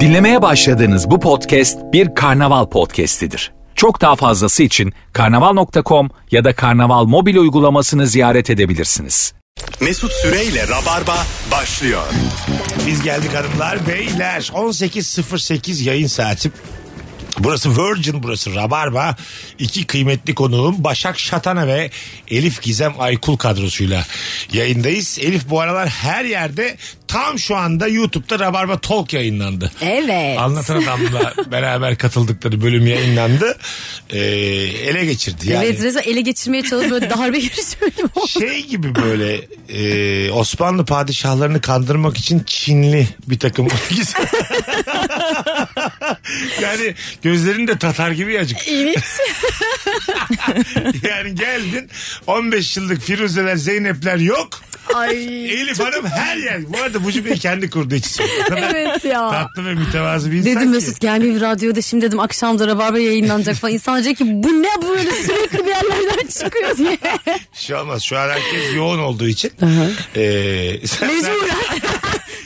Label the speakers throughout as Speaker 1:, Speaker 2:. Speaker 1: Dinlemeye başladığınız bu podcast bir karnaval podcastidir. Çok daha fazlası için karnaval.com ya da karnaval mobil uygulamasını ziyaret edebilirsiniz.
Speaker 2: Mesut Süreyle Rabarba başlıyor.
Speaker 3: Biz geldik hanımlar beyler 18.08 yayın saati. Burası Virgin, burası Rabarba. İki kıymetli konuğum Başak Şatana ve Elif Gizem Aykul kadrosuyla yayındayız. Elif bu aralar her yerde tam şu anda YouTube'da Rabarba Talk yayınlandı.
Speaker 4: Evet.
Speaker 3: Anlatan Adam'la beraber katıldıkları bölüm yayınlandı. Ee, ele geçirdi. Yani
Speaker 4: Evet resmen ele geçirmeye çalışıp böyle darbe girişimi gibi oldu.
Speaker 3: şey gibi böyle e, Osmanlı padişahlarını kandırmak için Çinli bir takım yani gözlerin de Tatar gibi acık.
Speaker 4: Evet.
Speaker 3: Yani geldin 15 yıllık Firuzeler Zeynepler yok.
Speaker 4: Ay.
Speaker 3: Elif Hanım her yer. Bu arada bu cümleyi kendi kurduğu için. O kadar
Speaker 4: Evet ya.
Speaker 3: Tatlı ve mütevazı bir insan
Speaker 4: Dedim
Speaker 3: ki.
Speaker 4: Mesut gelmeyeyim radyoda şimdi dedim akşam da Rabarba yayınlanacak falan. İnsan diyecek ki bu ne böyle sürekli bir yerlerden çıkıyor diye.
Speaker 3: Bir şey olmaz. Şu an herkes yoğun olduğu için. Ee, sen, sen,
Speaker 4: Mecburen.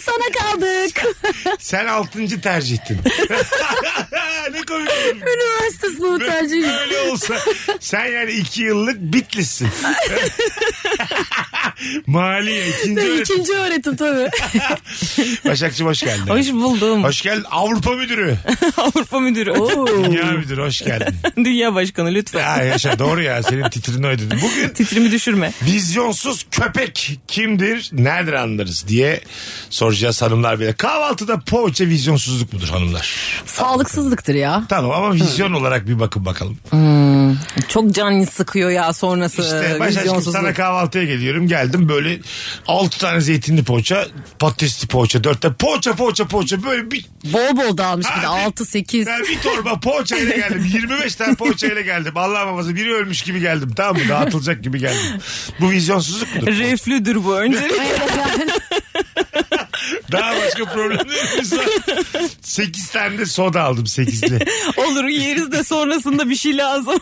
Speaker 4: Sana kaldık.
Speaker 3: sen altıncı tercihtin. ne komik.
Speaker 4: Üniversite sınavı tercih.
Speaker 3: Öyle olsa sen yani iki yıllık Bitlis'sin. Maliye ikinci
Speaker 4: Tabii,
Speaker 3: öğretim.
Speaker 4: İkinci öğretim tabii.
Speaker 3: Başakçı hoş geldin.
Speaker 5: Hoş buldum.
Speaker 3: Hoş geldin Avrupa Müdürü.
Speaker 5: Avrupa Müdürü.
Speaker 3: Dünya Müdürü hoş geldin.
Speaker 5: Dünya Başkanı lütfen.
Speaker 3: Ha yaşa doğru ya senin titrin oydu. Bugün
Speaker 5: Titrimi düşürme.
Speaker 3: vizyonsuz köpek kimdir, nereden anlarız diye soracağız hanımlar bile. Kahvaltıda poğaça vizyonsuzluk mudur hanımlar?
Speaker 4: Sağlıksızlıktır ya.
Speaker 3: Tamam ama vizyon olarak bir bakın bakalım.
Speaker 5: Çok can sıkıyor ya sonrası.
Speaker 4: Ee,
Speaker 3: İşte başka
Speaker 5: vizyonsuzluk.
Speaker 3: sana kahvaltıya geliyorum. Geldim böyle 6 tane zeytinli poğaça, patatesli poğaça, 4 tane poğaça poğaça poğaça böyle bir
Speaker 4: Bol bol dağılmış bir de
Speaker 3: Abi,
Speaker 4: 6-8.
Speaker 3: ben bir torba poğaça ile geldim. 25 tane poğaça ile geldim. Allah babası biri ölmüş gibi geldim. Tamam mı? Dağıtılacak gibi geldim. Bu vizyonsuzluk mudur?
Speaker 5: Reflüdür bu önce.
Speaker 3: Daha başka problemlerimiz var. 8 tane de soda aldım 8'li.
Speaker 5: Olur yeriz de sonrasında bir şey lazım.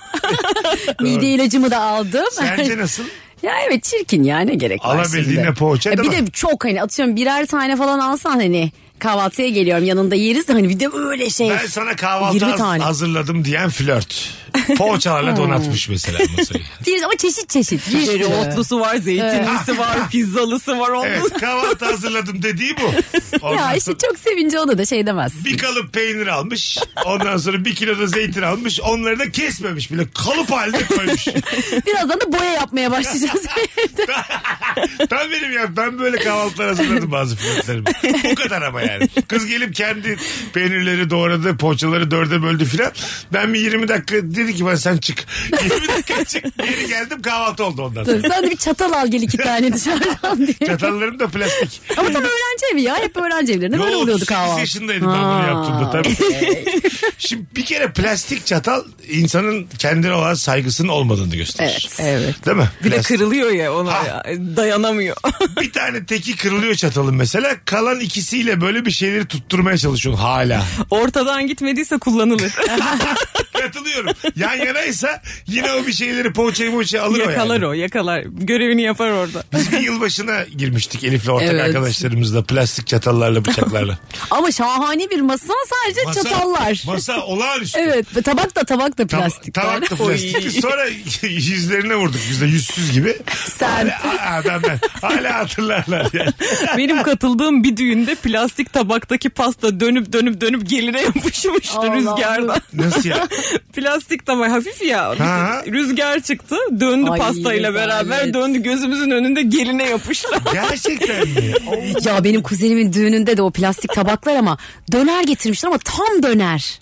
Speaker 4: Mide ilacımı da aldım.
Speaker 3: Sence nasıl?
Speaker 4: Ya evet çirkin ya ne gerek var
Speaker 3: Alabildiğine
Speaker 4: şimdi?
Speaker 3: poğaça,
Speaker 4: Ya
Speaker 3: değil
Speaker 4: Bir
Speaker 3: mi?
Speaker 4: de çok hani atıyorum birer tane falan alsan hani kahvaltıya geliyorum yanında yeriz de hani bir de öyle şey.
Speaker 3: Ben sana kahvaltı
Speaker 4: 20
Speaker 3: haz-
Speaker 4: tane. Hmm.
Speaker 3: hazırladım diyen flört. Poğaçalarla donatmış mesela masayı.
Speaker 4: Deriz ama çeşit çeşit. Bir sürü.
Speaker 5: Şey, Otlusu var, zeytinlisi
Speaker 3: Ah,
Speaker 5: var, pizzalısı var. Ondan
Speaker 3: Evet kahvaltı hazırladım dediği bu. Ondan
Speaker 4: Ya
Speaker 3: sonra-
Speaker 4: işte çok sevince ona da şey demez.
Speaker 3: bir kalıp peynir almış. Ondan sonra bir kilo da zeytin almış. Onları da kesmemiş bile. Kalıp halinde koymuş.
Speaker 4: Birazdan da boya yapmaya başlayacağız.
Speaker 3: Tam benim ya. Ben böyle kahvaltılar hazırladım bazı fiyatlarımı. Bu kadar ama yani. Kız gelip kendi peynirleri doğradı. Poğaçaları dörde böldü filan. Ben bir 20 dakika dedi ki bana sen çık. 20 dakika çık. Geri geldim kahvaltı oldu ondan sonra.
Speaker 4: Sen de bir çatal al gel iki tane dışarıdan diye.
Speaker 3: Çatallarım da plastik.
Speaker 4: Ama tam öğrenci evi ya. Hep öğrenci evlerinde böyle
Speaker 3: Yo,
Speaker 4: oluyordu
Speaker 3: 38
Speaker 4: kahvaltı.
Speaker 3: yaşındaydım ben bunu
Speaker 4: Ha.
Speaker 3: yaptığımda tabii. Şimdi bir kere plastik çatal insanın kendine olan saygısının olmadığını gösterir.
Speaker 4: Evet.
Speaker 5: Evet.
Speaker 3: Değil mi?
Speaker 5: Bir de
Speaker 3: Plastik.
Speaker 5: kırılıyor ya ona ya. dayanamıyor.
Speaker 3: bir tane teki kırılıyor çatalın mesela. Kalan ikisiyle böyle bir şeyleri tutturmaya çalışıyorsun hala.
Speaker 5: Ortadan gitmediyse kullanılır.
Speaker 3: Katılıyorum. Yan yanaysa yine o bir şeyleri poğaçayı moğaçayı alır o
Speaker 5: yakalar
Speaker 3: yani.
Speaker 5: o yakalar. Görevini yapar orada.
Speaker 3: Biz bir yılbaşına girmiştik Elif'le ortak
Speaker 4: Evet.
Speaker 3: arkadaşlarımızla plastik çatallarla bıçaklarla.
Speaker 4: Ama şahane bir masa sadece
Speaker 3: Masa-
Speaker 4: çatallar.
Speaker 3: Masa olağanüstü.
Speaker 4: Evet tabak da tabak da
Speaker 3: Tam-
Speaker 4: plastik.
Speaker 3: Tabak da
Speaker 4: yani.
Speaker 3: plastik. Sonra yüzlerine vurduk biz de yüzsüz gibi.
Speaker 4: Sen.
Speaker 3: Hala, Aa, ben, ben. Hala hatırlarlar yani.
Speaker 5: Benim katıldığım bir düğünde plastik tabaktaki pasta dönüp dönüp dönüp geline yapışmıştı
Speaker 4: Allah'ım.
Speaker 5: rüzgardan.
Speaker 3: Nasıl ya?
Speaker 5: Plastik tabak hafif ya. Bir
Speaker 3: Ha.
Speaker 5: de Rüzgar çıktı. Döndü
Speaker 4: Ay,
Speaker 5: pastayla beraber.
Speaker 4: rezalet.
Speaker 5: Döndü gözümüzün önünde geline yapıştı.
Speaker 3: Gerçekten mi?
Speaker 4: Ya benim kuzenimin düğününde de o plastik tabaklar ama döner getirmişler ama tam döner.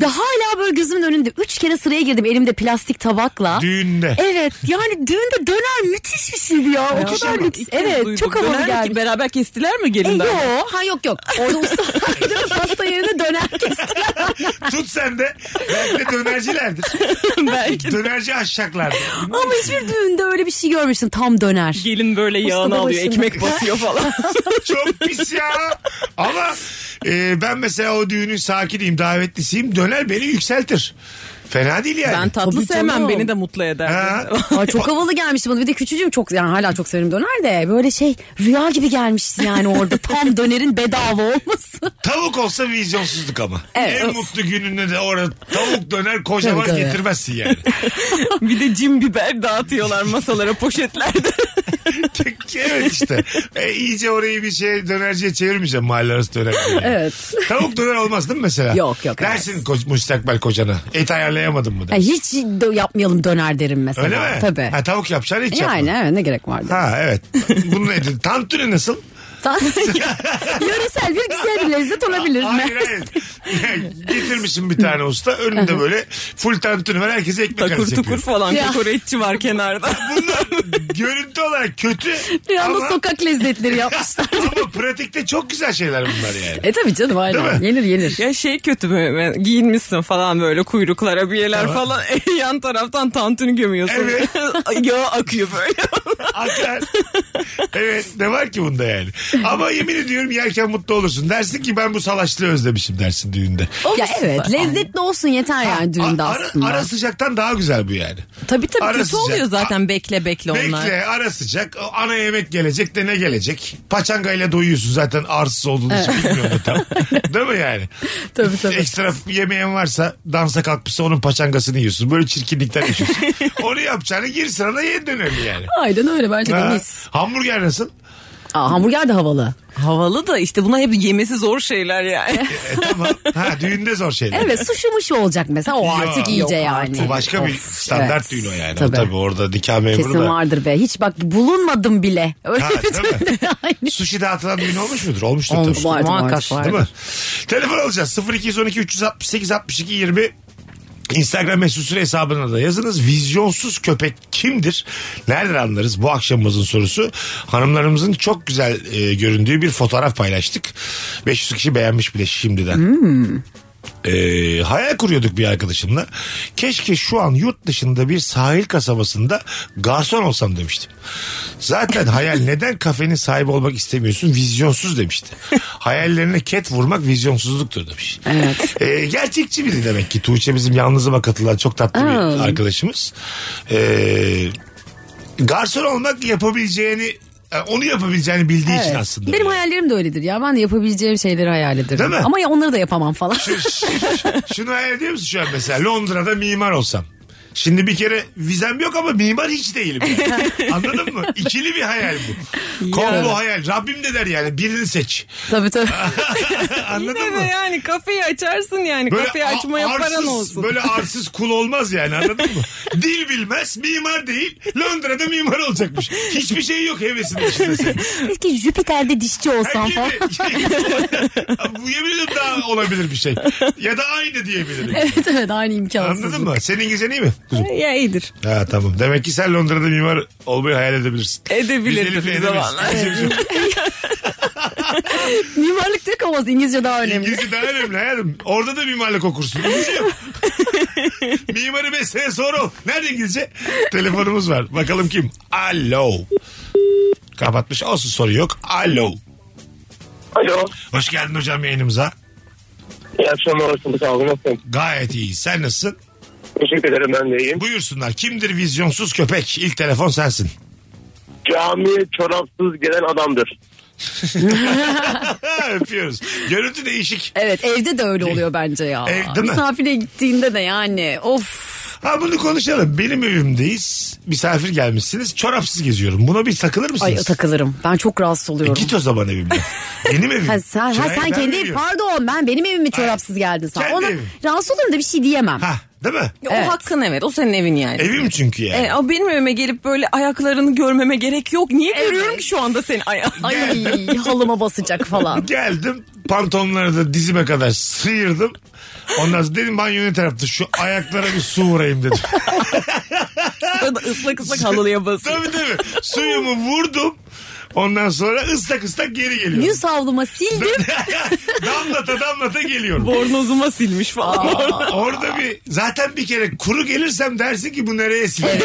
Speaker 4: Ve hala böyle gözümün önünde. Üç kere sıraya girdim elimde plastik tabakla.
Speaker 3: Düğünde.
Speaker 4: Evet yani düğünde döner müthiş bir şeydi ya. O kadar lüks. Evet çok havalı geldi.
Speaker 5: Beraber kestiler mi
Speaker 4: E,
Speaker 5: gelinden?
Speaker 4: yok ha yok yok. Orada usta pasta yerine döner kesti.
Speaker 3: Tut sen de. Belki de dönercilerdir.
Speaker 5: Belki de
Speaker 3: Dönerci aşacaklardır.
Speaker 4: Ama hiçbir düğünde öyle bir şey görmüştüm tam döner.
Speaker 5: gelin böyle yağını
Speaker 4: Mustafa
Speaker 5: alıyor.
Speaker 4: başında.
Speaker 5: Ekmek basıyor falan.
Speaker 3: Çok pis ya. Ama e, ben mesela o düğünün sakiniyim, davetlisiyim. Döner beni yükseltir. Fena değil yani.
Speaker 5: Ben tatlı
Speaker 4: Tabii
Speaker 5: sevmem
Speaker 4: canım.
Speaker 5: beni de mutlu eder.
Speaker 3: Ha?
Speaker 4: Ay çok havalı gelmişti bana. Bir de küçücüğüm çok yani hala çok severim döner de böyle şey rüya gibi gelmişti yani orada tam dönerin bedava olması.
Speaker 3: Tavuk olsa vizyonsuzluk ama.
Speaker 4: Evet.
Speaker 3: En mutlu gününde de orada tavuk döner kocaman
Speaker 4: Tabii, tabii.
Speaker 3: getirmezsin yani.
Speaker 5: bir de cim biber dağıtıyorlar masalara poşetlerde.
Speaker 3: Çünkü evet işte. E, iyice orayı bir şey dönerciye çevirmeyeceğim mahalle arası döner. diye.
Speaker 4: Evet.
Speaker 3: Tavuk döner olmaz değil mi mesela?
Speaker 4: Yok, yok,
Speaker 3: Dersin ko- müstakbel kocana. Et ayarlayamadın mı?
Speaker 4: Ya
Speaker 3: Der.
Speaker 4: hiç dö- yapmayalım döner derim mesela.
Speaker 3: Öyle mi?
Speaker 4: Tabii.
Speaker 3: Ha, tavuk yapacaksın hiç
Speaker 4: yani
Speaker 3: yapma.
Speaker 4: evet, ne gerek vardı.
Speaker 3: Ha evet. Bunun nedir? Tantuni nasıl?
Speaker 4: Yöresel bir güzel bir lezzet olabilir.
Speaker 3: Hayır hayır. Getirmişim bir tane usta. Önünde böyle full tantuni var. Herkese ekmek
Speaker 5: Takur
Speaker 3: arası
Speaker 5: tukur
Speaker 3: yapıyor.
Speaker 5: falan
Speaker 4: Ya.
Speaker 5: kokoreççi var kenarda.
Speaker 3: Bunlar görüntü olarak kötü
Speaker 4: Rüyamda
Speaker 3: ama,
Speaker 4: sokak lezzetleri yapmışlar.
Speaker 3: ama pratikte çok güzel şeyler bunlar yani.
Speaker 4: e tabii canım
Speaker 3: Değil
Speaker 4: aynen.
Speaker 3: mi?
Speaker 4: Yenir yenir.
Speaker 5: Ya şey kötü mü? Giyinmişsin falan böyle kuyruklara abiyeler falan. yan taraftan tantuni gömüyorsun.
Speaker 3: Evet.
Speaker 5: Yağı akıyor böyle.
Speaker 3: Akar. evet ne var ki bunda yani. Ama yemin ediyorum yerken mutlu olursun. Dersin ki ben bu salaçlığı özlemişim dersin düğünde.
Speaker 4: Ya evet lezzetli olsun yeter yani düğünde
Speaker 3: A-
Speaker 4: aslında.
Speaker 3: Ara, ara sıcaktan daha güzel bu yani.
Speaker 5: Tabii tabii
Speaker 3: Ara
Speaker 5: kötü
Speaker 3: sıcak.
Speaker 5: oluyor zaten bekle bekle onlar.
Speaker 3: Bekle ara sıcak. O Ana yemek gelecek de ne gelecek? Paçanga ile doyuyorsun zaten arsız olduğunu hiç bilmiyorum da tam. Değil mi yani?
Speaker 4: Tabii tabii.
Speaker 3: Ekstra yemeğin varsa dansa kalkmışsa onun paçangasını yiyorsun. Böyle çirkinlikler yaşıyorsun. Onu yapacağını gir sırada yeni dönemi yani.
Speaker 4: Aynen öyle bence de
Speaker 3: Ha,
Speaker 4: mis.
Speaker 3: hamburger nasıl?
Speaker 4: Aa, hamburger de havalı.
Speaker 5: Havalı da işte buna hep yemesi zor şeyler yani.
Speaker 3: E, tamam. Ha, düğünde zor şeyler.
Speaker 4: Evet suşumuş olacak mesela o
Speaker 3: Yok.
Speaker 4: artık iyice
Speaker 5: Yok
Speaker 4: yani.
Speaker 3: Bu başka bir
Speaker 4: Of,
Speaker 3: standart
Speaker 4: evet.
Speaker 3: düğün o yani. O Tabii.
Speaker 4: Tabii.
Speaker 3: orada nikah memuru
Speaker 4: Kesin
Speaker 3: da.
Speaker 4: vardır be. Hiç bak bulunmadım bile. Öyle
Speaker 3: Ha,
Speaker 4: bir şey.
Speaker 3: değil mi?
Speaker 4: düğünde yani.
Speaker 3: Sushi dağıtılan düğün olmuş mudur? Olmuştur
Speaker 4: Olmuş,
Speaker 3: tabii.
Speaker 4: vardır,
Speaker 5: Muhakkak
Speaker 4: vardır.
Speaker 3: Değil mi? Telefon alacağız. 0212 368 62 20 Instagram mesut süre hesabına da yazınız. Vizyonsuz köpek kimdir? Nereden anlarız? Bu akşamımızın sorusu. Hanımlarımızın çok güzel e, göründüğü bir fotoğraf paylaştık. 500 kişi beğenmiş bile şimdiden. Ee, hayal kuruyorduk bir arkadaşımla. Keşke şu an yurt dışında bir sahil kasabasında garson olsam demiştim. Zaten hayal neden kafenin sahibi olmak istemiyorsun vizyonsuz demişti. Hayallerine ket vurmak vizyonsuzluktur demiş.
Speaker 4: Evet.
Speaker 3: Ee, gerçekçi biri demek ki Tuğçe bizim yalnızıma katılan çok tatlı bir
Speaker 4: Aa.
Speaker 3: arkadaşımız. Ee, garson olmak yapabileceğini yani onu yapabileceğini bildiği için
Speaker 4: Evet.
Speaker 3: aslında.
Speaker 4: Benim
Speaker 3: Yani.
Speaker 4: hayallerim de öyledir ya. Ben de yapabileceğim şeyleri hayal ederim.
Speaker 3: Değil mi? Şey-
Speaker 4: Ama ya onları da yapamam falan.
Speaker 3: Şunu hayal ediyor musun şu an mesela Londra'da mimar olsam? Şimdi bir kere vizem yok ama mimar hiç değilim. yani. Anladın mı? İkili bir hayal bu. Kombo hayal. Rabbim de der yani birini seç.
Speaker 4: tabii tabii.
Speaker 3: Anladın
Speaker 5: Yine
Speaker 3: mı?
Speaker 5: de yani kafeyi açarsın yani. kafeyi
Speaker 3: a-
Speaker 5: açmaya
Speaker 3: arsız,
Speaker 5: paran olsun.
Speaker 3: Böyle arsız kul olmaz yani anladın mı? Dil bilmez, mimar değil. Londra'da mimar olacakmış. Hiçbir şey yok hevesin dışında senin.
Speaker 4: Belki Jüpiter'de dişçi olsam
Speaker 3: Yemin-
Speaker 4: falan.
Speaker 3: Bu yemin ediyorum daha olabilir bir şey. Ya da aynı diyebilirim.
Speaker 4: evet evet aynı imkansız.
Speaker 3: Anladın mı? Senin İngilizcen iyi mi? Kuzum.
Speaker 5: Ya iyidir.
Speaker 3: Ha tamam. Demek ki sen Londra'da mimar olmayı hayal edebilirsin. Şey,
Speaker 5: Edebilirdim
Speaker 3: Biz Elif'le
Speaker 5: bir
Speaker 3: edemeyiz.
Speaker 5: zamanlar.
Speaker 3: Bizim-
Speaker 4: Mimarlık tek olmaz. İngilizce daha önemli.
Speaker 3: İngilizce daha önemli hayatım. Orada da mimarlık okursun. İngilizce yok. Mimarı 5 sene sonra ol. Nerede İngilizce? Telefonumuz var. Bakalım kim? Alo. Kapatmış. Olsun soru yok. Alo.
Speaker 6: Alo.
Speaker 3: Hoş geldin hocam yayınımıza.
Speaker 6: İyi akşamlar. Hoş bulduk abi. Nasılsın?
Speaker 3: Gayet iyi. Sen nasılsın?
Speaker 6: Teşekkür ederim ben de iyiyim.
Speaker 3: Buyursunlar. Kimdir vizyonsuz köpek? İlk telefon sensin.
Speaker 6: Camiye çorapsız gelen adamdır.
Speaker 3: Öpüyoruz. Görüntü değişik.
Speaker 4: Evet evde de öyle oluyor bence ya.
Speaker 3: Ev, değil mi?
Speaker 4: Misafire gittiğinde de yani of.
Speaker 3: Ha bunu konuşalım. Benim evimdeyiz. Misafir gelmişsiniz. Çorapsız geziyorum. Buna bir takılır
Speaker 4: Ay
Speaker 3: mısınız? E,
Speaker 4: takılırım. Ben çok rahatsız oluyorum.
Speaker 3: Git o zaman evimden. Benim evim.
Speaker 4: Ha, sen, ha,
Speaker 3: Şuraya
Speaker 4: sen
Speaker 3: ben
Speaker 4: kendi
Speaker 3: veriyorum.
Speaker 4: pardon ben benim evime çorapsız geldin sen.
Speaker 3: Kendi
Speaker 4: Ona
Speaker 3: evim.
Speaker 4: rahatsız olurum da bir şey diyemem.
Speaker 3: Ha değil mi?
Speaker 5: Ya
Speaker 4: Evet.
Speaker 5: O hakkın evet. O senin evin yani.
Speaker 3: Evim çünkü yani.
Speaker 5: E, ama benim evime gelip böyle ayaklarını görmeme gerek yok. Niye görüyorum ki şu anda senin ayağını?
Speaker 4: Ay halıma basacak falan.
Speaker 3: Geldim pantolonları da dizime kadar sıyırdım. Ondan sonra dedim banyo ne tarafta şu ayaklara bir su vurayım dedim.
Speaker 5: Ay, ıslak ıslak halıya basıyor.
Speaker 3: tabii tabii suyumu vurdum. Ondan sonra ıslak ıslak geri geliyorum.
Speaker 4: Yüz havluma sildim.
Speaker 3: damlata damlata geliyorum.
Speaker 5: Bornozuma silmiş falan.
Speaker 3: Aa, Orada bir zaten bir kere kuru gelirsem dersin ki bu nereye siliniyor?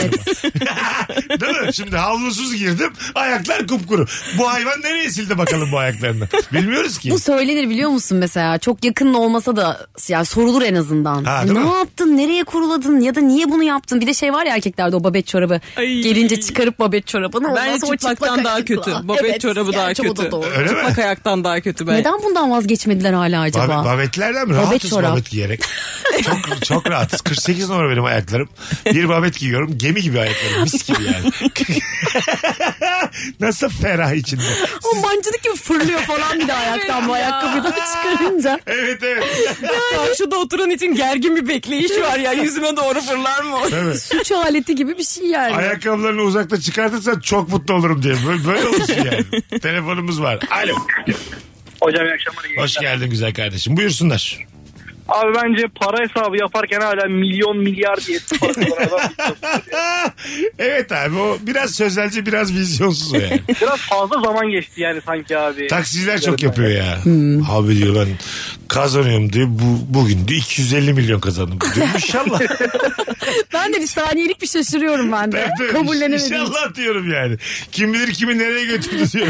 Speaker 3: Değil mi? Şimdi havlusuz girdim ayaklar kupkuru. Bu hayvan nereye sildi bakalım bu ayaklarını? Bilmiyoruz ki.
Speaker 4: Bu söylenir biliyor musun mesela çok yakın olmasa da yani sorulur en azından.
Speaker 3: Ha, değil
Speaker 4: ne
Speaker 3: mi?
Speaker 4: yaptın nereye kuruladın ya da niye bunu yaptın bir de şey var ya erkeklerde o babet çorabı
Speaker 5: Ay.
Speaker 4: gelince çıkarıp babet çorabını. ondan
Speaker 5: Bence
Speaker 4: sonra
Speaker 5: çıplaktan
Speaker 4: çıplak
Speaker 5: daha
Speaker 4: ayakla.
Speaker 5: kötü. Babet
Speaker 4: Evet,
Speaker 5: çorabı daha
Speaker 4: gerçi o da
Speaker 5: kötü.
Speaker 4: doğru.
Speaker 3: Öyle mi?
Speaker 5: Çıplak ayaktan daha kötü ben.
Speaker 4: Neden bundan vazgeçmediler hala acaba?
Speaker 3: Babet, babetlerden mi? Rahatız
Speaker 4: çorap.
Speaker 3: babet giyerek. Çok, çok rahatız. 48 numara benim ayaklarım. Bir babet giyiyorum. Gemi gibi ayaklarım. Mis gibi yani. Nasıl ferah içinde.
Speaker 4: O mancınık gibi fırlıyor falan bir de ayaktan bu ayakkabıdan çıkarınca.
Speaker 3: Evet evet.
Speaker 5: Karşıda oturan için gergin bir bekleyiş var ya. Yüzüme doğru fırlar mı?
Speaker 4: Suç aleti gibi bir şey yani.
Speaker 3: Ayakkabılarını uzakta çıkartırsan çok mutlu olurum diye. Böyle, böyle olsun yani. Telefonumuz var. Alo.
Speaker 7: Hocam iyi akşamlar. iyi
Speaker 3: Hoş
Speaker 7: yayınlar.
Speaker 3: geldin güzel kardeşim. Buyursunlar.
Speaker 7: Abi bence para hesabı yaparken hala milyon milyar diye para kullanan adam.
Speaker 3: evet abi o biraz sözelci biraz vizyonsuz o yani.
Speaker 7: Biraz fazla zaman geçti yani sanki abi.
Speaker 3: Taksiciler çok yapıyor ya. Abi diyor ben kazanıyorum diyor. Bu, bugün diyor 250 milyon kazandım. Diyor. İnşallah.
Speaker 4: Ben de bir saniyelik bir şaşırıyorum ben de. Kabullenemedim.
Speaker 3: İnşallah diyorum yani. Kim bilir kimi nereye götürdü diyor.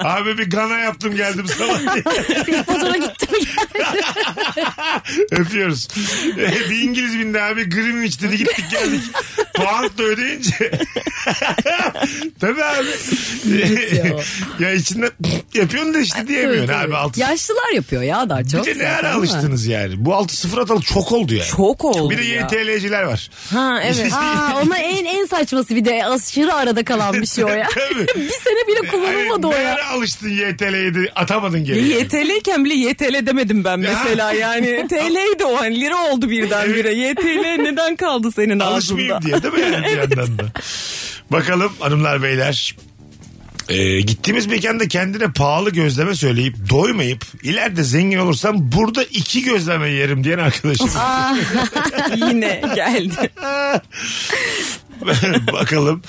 Speaker 3: abi bir gana yaptım geldim sabah diye.
Speaker 4: Bir fotoğrafa gittim geldim.
Speaker 3: Öpüyoruz. Ee, bir İngiliz bindi abi Greenwich dedi gittik geldik. Pound da ödeyince. Tabii abi. ya içinden yapıyorsun da işte diyemiyorsun abi. Altı
Speaker 4: Yaşlılar yapıyor ya daha çok.
Speaker 3: Bir de ne ara
Speaker 4: zaten, değil mi?
Speaker 3: alıştınız yani? Bu 6-0 atalı çok oldu yani.
Speaker 5: Çok oldu
Speaker 3: Bir de yeni
Speaker 5: ya.
Speaker 3: TL'ciler var.
Speaker 5: Ha evet.
Speaker 4: Aa, ona en en saçması bir de aşırı arada kalan bir şey o ya.
Speaker 3: Tabii.
Speaker 4: bir sene bile kullanılmadı o
Speaker 3: Ay, Ne
Speaker 4: ya.
Speaker 3: ara alıştın YTL'ye de atamadın
Speaker 5: Ya
Speaker 3: geri.
Speaker 5: YTL'yken bile YTL demedim ben mesela yani. TL'ydi o hani lira oldu birdenbire. YTL neden kaldı senin ağzında?
Speaker 3: Alışmayayım diye değil mi yani bir yandan da. Bakalım hanımlar beyler. Ee, gittiğimiz mekanda kendine pahalı gözleme söyleyip doymayıp ileride zengin olursam burada iki gözleme yerim diyen arkadaşım.
Speaker 5: Yine geldi.
Speaker 3: Bakalım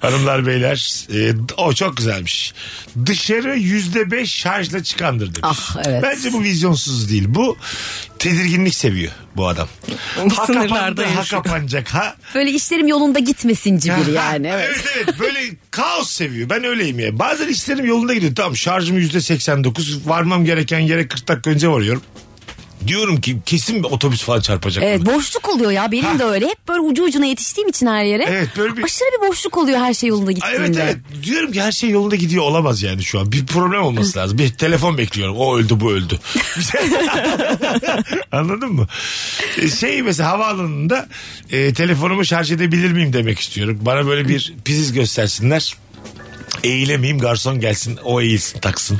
Speaker 3: hanımlar beyler Ee, o çok güzelmiş. Dışarı yüzde beş şarjla çıkandır demiş.
Speaker 4: Ah, evet.
Speaker 3: Bence bu vizyonsuz değil. Bu tedirginlik seviyor bu adam. Ha
Speaker 5: sınırlarda
Speaker 3: kapandı, ha
Speaker 5: yaşıyor.
Speaker 3: kapanacak ha.
Speaker 4: Böyle işlerim yolunda gitmesinci biri
Speaker 3: Ha,
Speaker 4: yani. Evet.
Speaker 3: evet evet böyle kaos seviyor. Ben öyleyim ya. Bazen işlerim yolunda gidiyor. Tamam şarjım yüzde seksen dokuz. Varmam gereken yere 40 dakika önce varıyorum. Diyorum ki kesin bir otobüs falan çarpacak. bana.
Speaker 4: Evet boşluk oluyor ya benim de öyle. Hep böyle ucu ucuna yetiştiğim için her yere.
Speaker 3: Evet, böyle bir-
Speaker 4: Aşırı bir boşluk oluyor her şey yolunda
Speaker 3: Ay, Evet
Speaker 4: gittiğinde.
Speaker 3: evet diyorum ki her şey yolunda gidiyor olamaz yani şu an. Bir problem olması lazım. Bir telefon bekliyorum. O öldü bu öldü. Anladın mı? E, Şey mesela havaalanında e, telefonumu şarj edebilir miyim demek istiyorum. Bana böyle bir piziz göstersinler. Eğilemeyeyim garson gelsin o eğilsin taksın.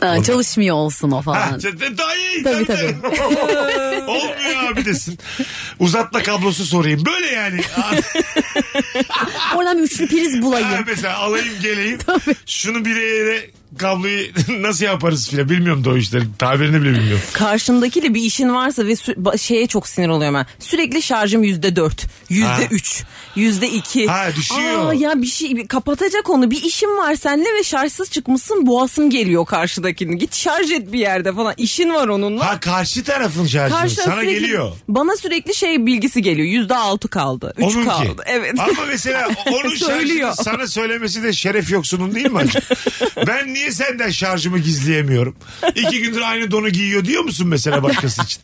Speaker 4: Ha,
Speaker 3: Ondan-
Speaker 4: çalışmıyor olsun o falan.
Speaker 3: Ha, işte daha iyi.
Speaker 4: Tabii,
Speaker 3: Olmuyor abi desin. Uzatma kablosu sorayım. Böyle yani.
Speaker 4: Oradan bir üçlü priz
Speaker 3: Ha,
Speaker 4: bulayım.
Speaker 3: mesela alayım geleyim. Şunu bir yere kabloyu nasıl yaparız filan bilmiyorum da o işleri. Tabirini bile bilmiyorum.
Speaker 5: Karşındakiyle bir işin varsa ve sü- ba- şeye çok sinir oluyorum ben. Sürekli şarjım yüzde dört,
Speaker 3: Ha.
Speaker 5: yüzde üç, yüzde iki.
Speaker 3: Ha, düşüyor.
Speaker 5: Aa, ya bir şey bir- kapatacak onu. Bir işim var seninle ve şarjsız çıkmışsın. Boğasım geliyor karşıdakinin. Git şarj et bir yerde falan. İşin var onunla.
Speaker 3: Ha karşı tarafın şarjı
Speaker 5: Karşıdan
Speaker 3: sana
Speaker 5: sürekli-
Speaker 3: geliyor.
Speaker 5: Bana sürekli şey bilgisi geliyor. Yüzde altı kaldı. Üç
Speaker 3: Onun ki.
Speaker 5: kaldı. Evet.
Speaker 3: Ama mesela onun şarjını
Speaker 5: Söylüyor.
Speaker 3: sana söylemesi de şeref yoksunun değil mi acaba? ben niye senden şarjımı gizleyemiyorum? İki gündür aynı donu giyiyor diyor musun mesela başkası için?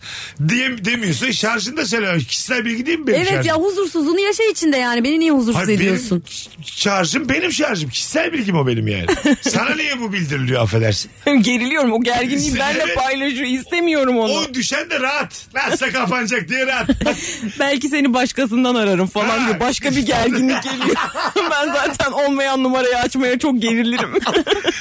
Speaker 3: Diye, demiyorsun şarjını da söyle. Kişisel bilgi değil mi benim
Speaker 4: Evet
Speaker 3: şarjım?
Speaker 4: ya huzursuzluğunu yaşa içinde yani. Beni niye huzursuz
Speaker 3: Hayır,
Speaker 4: ediyorsun?
Speaker 3: Benim şarjım benim şarjım. Kişisel bilgim o benim yani. Sana niye bu bildiriliyor affedersin?
Speaker 5: Geriliyorum. O gerginliği benle
Speaker 3: Evet.
Speaker 5: paylaşıyor. İstemiyorum onu.
Speaker 3: O düşen de rahat. Nasılsa kapanacak diye rahat.
Speaker 5: Belki seni başkasından ararım
Speaker 3: Ha.
Speaker 5: falan diyor. Başka bir gerginlik geliyor. ben zaten olmayan numarayı açmaya çok gerilirim.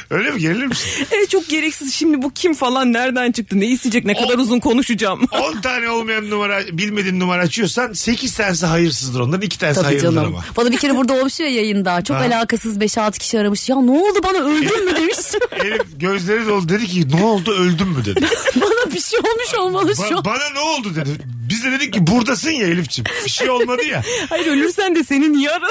Speaker 3: Öyle mi gerilir misin?
Speaker 5: evet çok gereksiz. Şimdi bu kim falan nereden çıktı? Ne isteyecek? Ne kadar uzun konuşacağım?
Speaker 3: 10 tane olmayan numara bilmediğin numara açıyorsan 8 tanesi hayırsızdır ondan 2 tanesi
Speaker 4: Tabii
Speaker 3: hayırlıdır
Speaker 4: canım.
Speaker 3: ama.
Speaker 4: Bana bir kere burada olmuş ya yayında. Çok
Speaker 3: Ha.
Speaker 4: alakasız 5-6 kişi aramış. Ya ne oldu bana öldün mü demiş.
Speaker 3: Elif gözleri doldu dedi ki ne oldu öldüm mü dedi.
Speaker 4: bana bir şey olmuş olmalı şu
Speaker 3: Ba-
Speaker 4: an.
Speaker 3: bana ne oldu dedi. Bir Biz de dedik ki buradasın ya Elif'ciğim. Bir şey olmadı ya.
Speaker 5: Hayır ölürsen de seni niye ararım?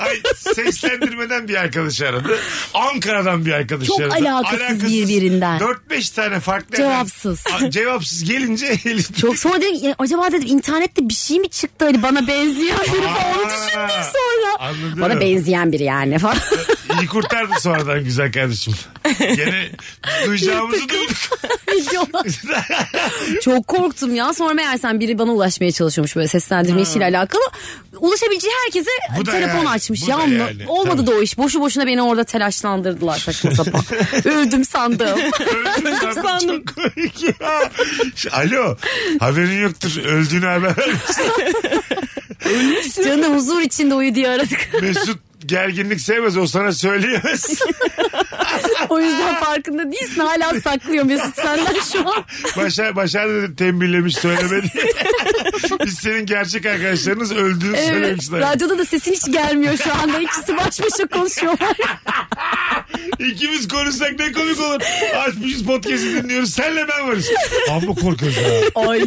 Speaker 3: Ay, seslendirmeden bir arkadaş aradı. Ankara'dan bir arkadaş
Speaker 4: Çok
Speaker 3: aradı.
Speaker 4: alakasız birbirinden.
Speaker 3: 4-5 tane farklı.
Speaker 4: Cevapsız.
Speaker 3: yerden- A- cevapsız gelince Elif
Speaker 4: Çok sonra dedim ki, "Ya acaba dedim internette bir şey mi çıktı hani bana benzeyen biri falan onu
Speaker 3: Aa,
Speaker 4: düşündüm sonra.
Speaker 3: anladım.
Speaker 4: Bana benzeyen biri yani falan.
Speaker 3: iyi kurtardı sonradan güzel kardeşim. Gene duyacağımızı duyduk.
Speaker 4: Videolar. Çok korktum ya. Sonra meğersem biri bana ulaşmaya çalışıyormuş böyle seslendirme işiyle alakalı. Ulaşabileceği herkese
Speaker 3: Bu da
Speaker 4: telefon
Speaker 3: yani,
Speaker 4: açmış.
Speaker 3: bu da
Speaker 4: ya
Speaker 3: yani.
Speaker 4: olmadı
Speaker 3: Tabii.
Speaker 4: da o iş. Boşu boşuna beni orada telaşlandırdılar saçma sapan. Öldüm sandım.
Speaker 3: Öldüm sandım. Çok komik ya. Alo. Haberin yoktur. Öldüğünü haber vermiş.
Speaker 4: Canım huzur içinde uyu diye aradık.
Speaker 3: Mesut gerginlik sevmez. O sana söyleyemez.
Speaker 4: o yüzden farkında değilsin. Hala saklıyor Mesut senden şu an.
Speaker 3: Başar, Başar da tembihlemiş söylemedi. Biz senin gerçek arkadaşlarınız öldüğünü
Speaker 4: Evet.
Speaker 3: söylemişler.
Speaker 4: Radyoda da sesin hiç gelmiyor şu anda. İkisi baş başa konuşuyorlar.
Speaker 3: İkimiz konuşsak ne komik olur. Açmışız podcast'i dinliyoruz. Senle ben varız. Amma korkuyoruz ya.
Speaker 4: Ay.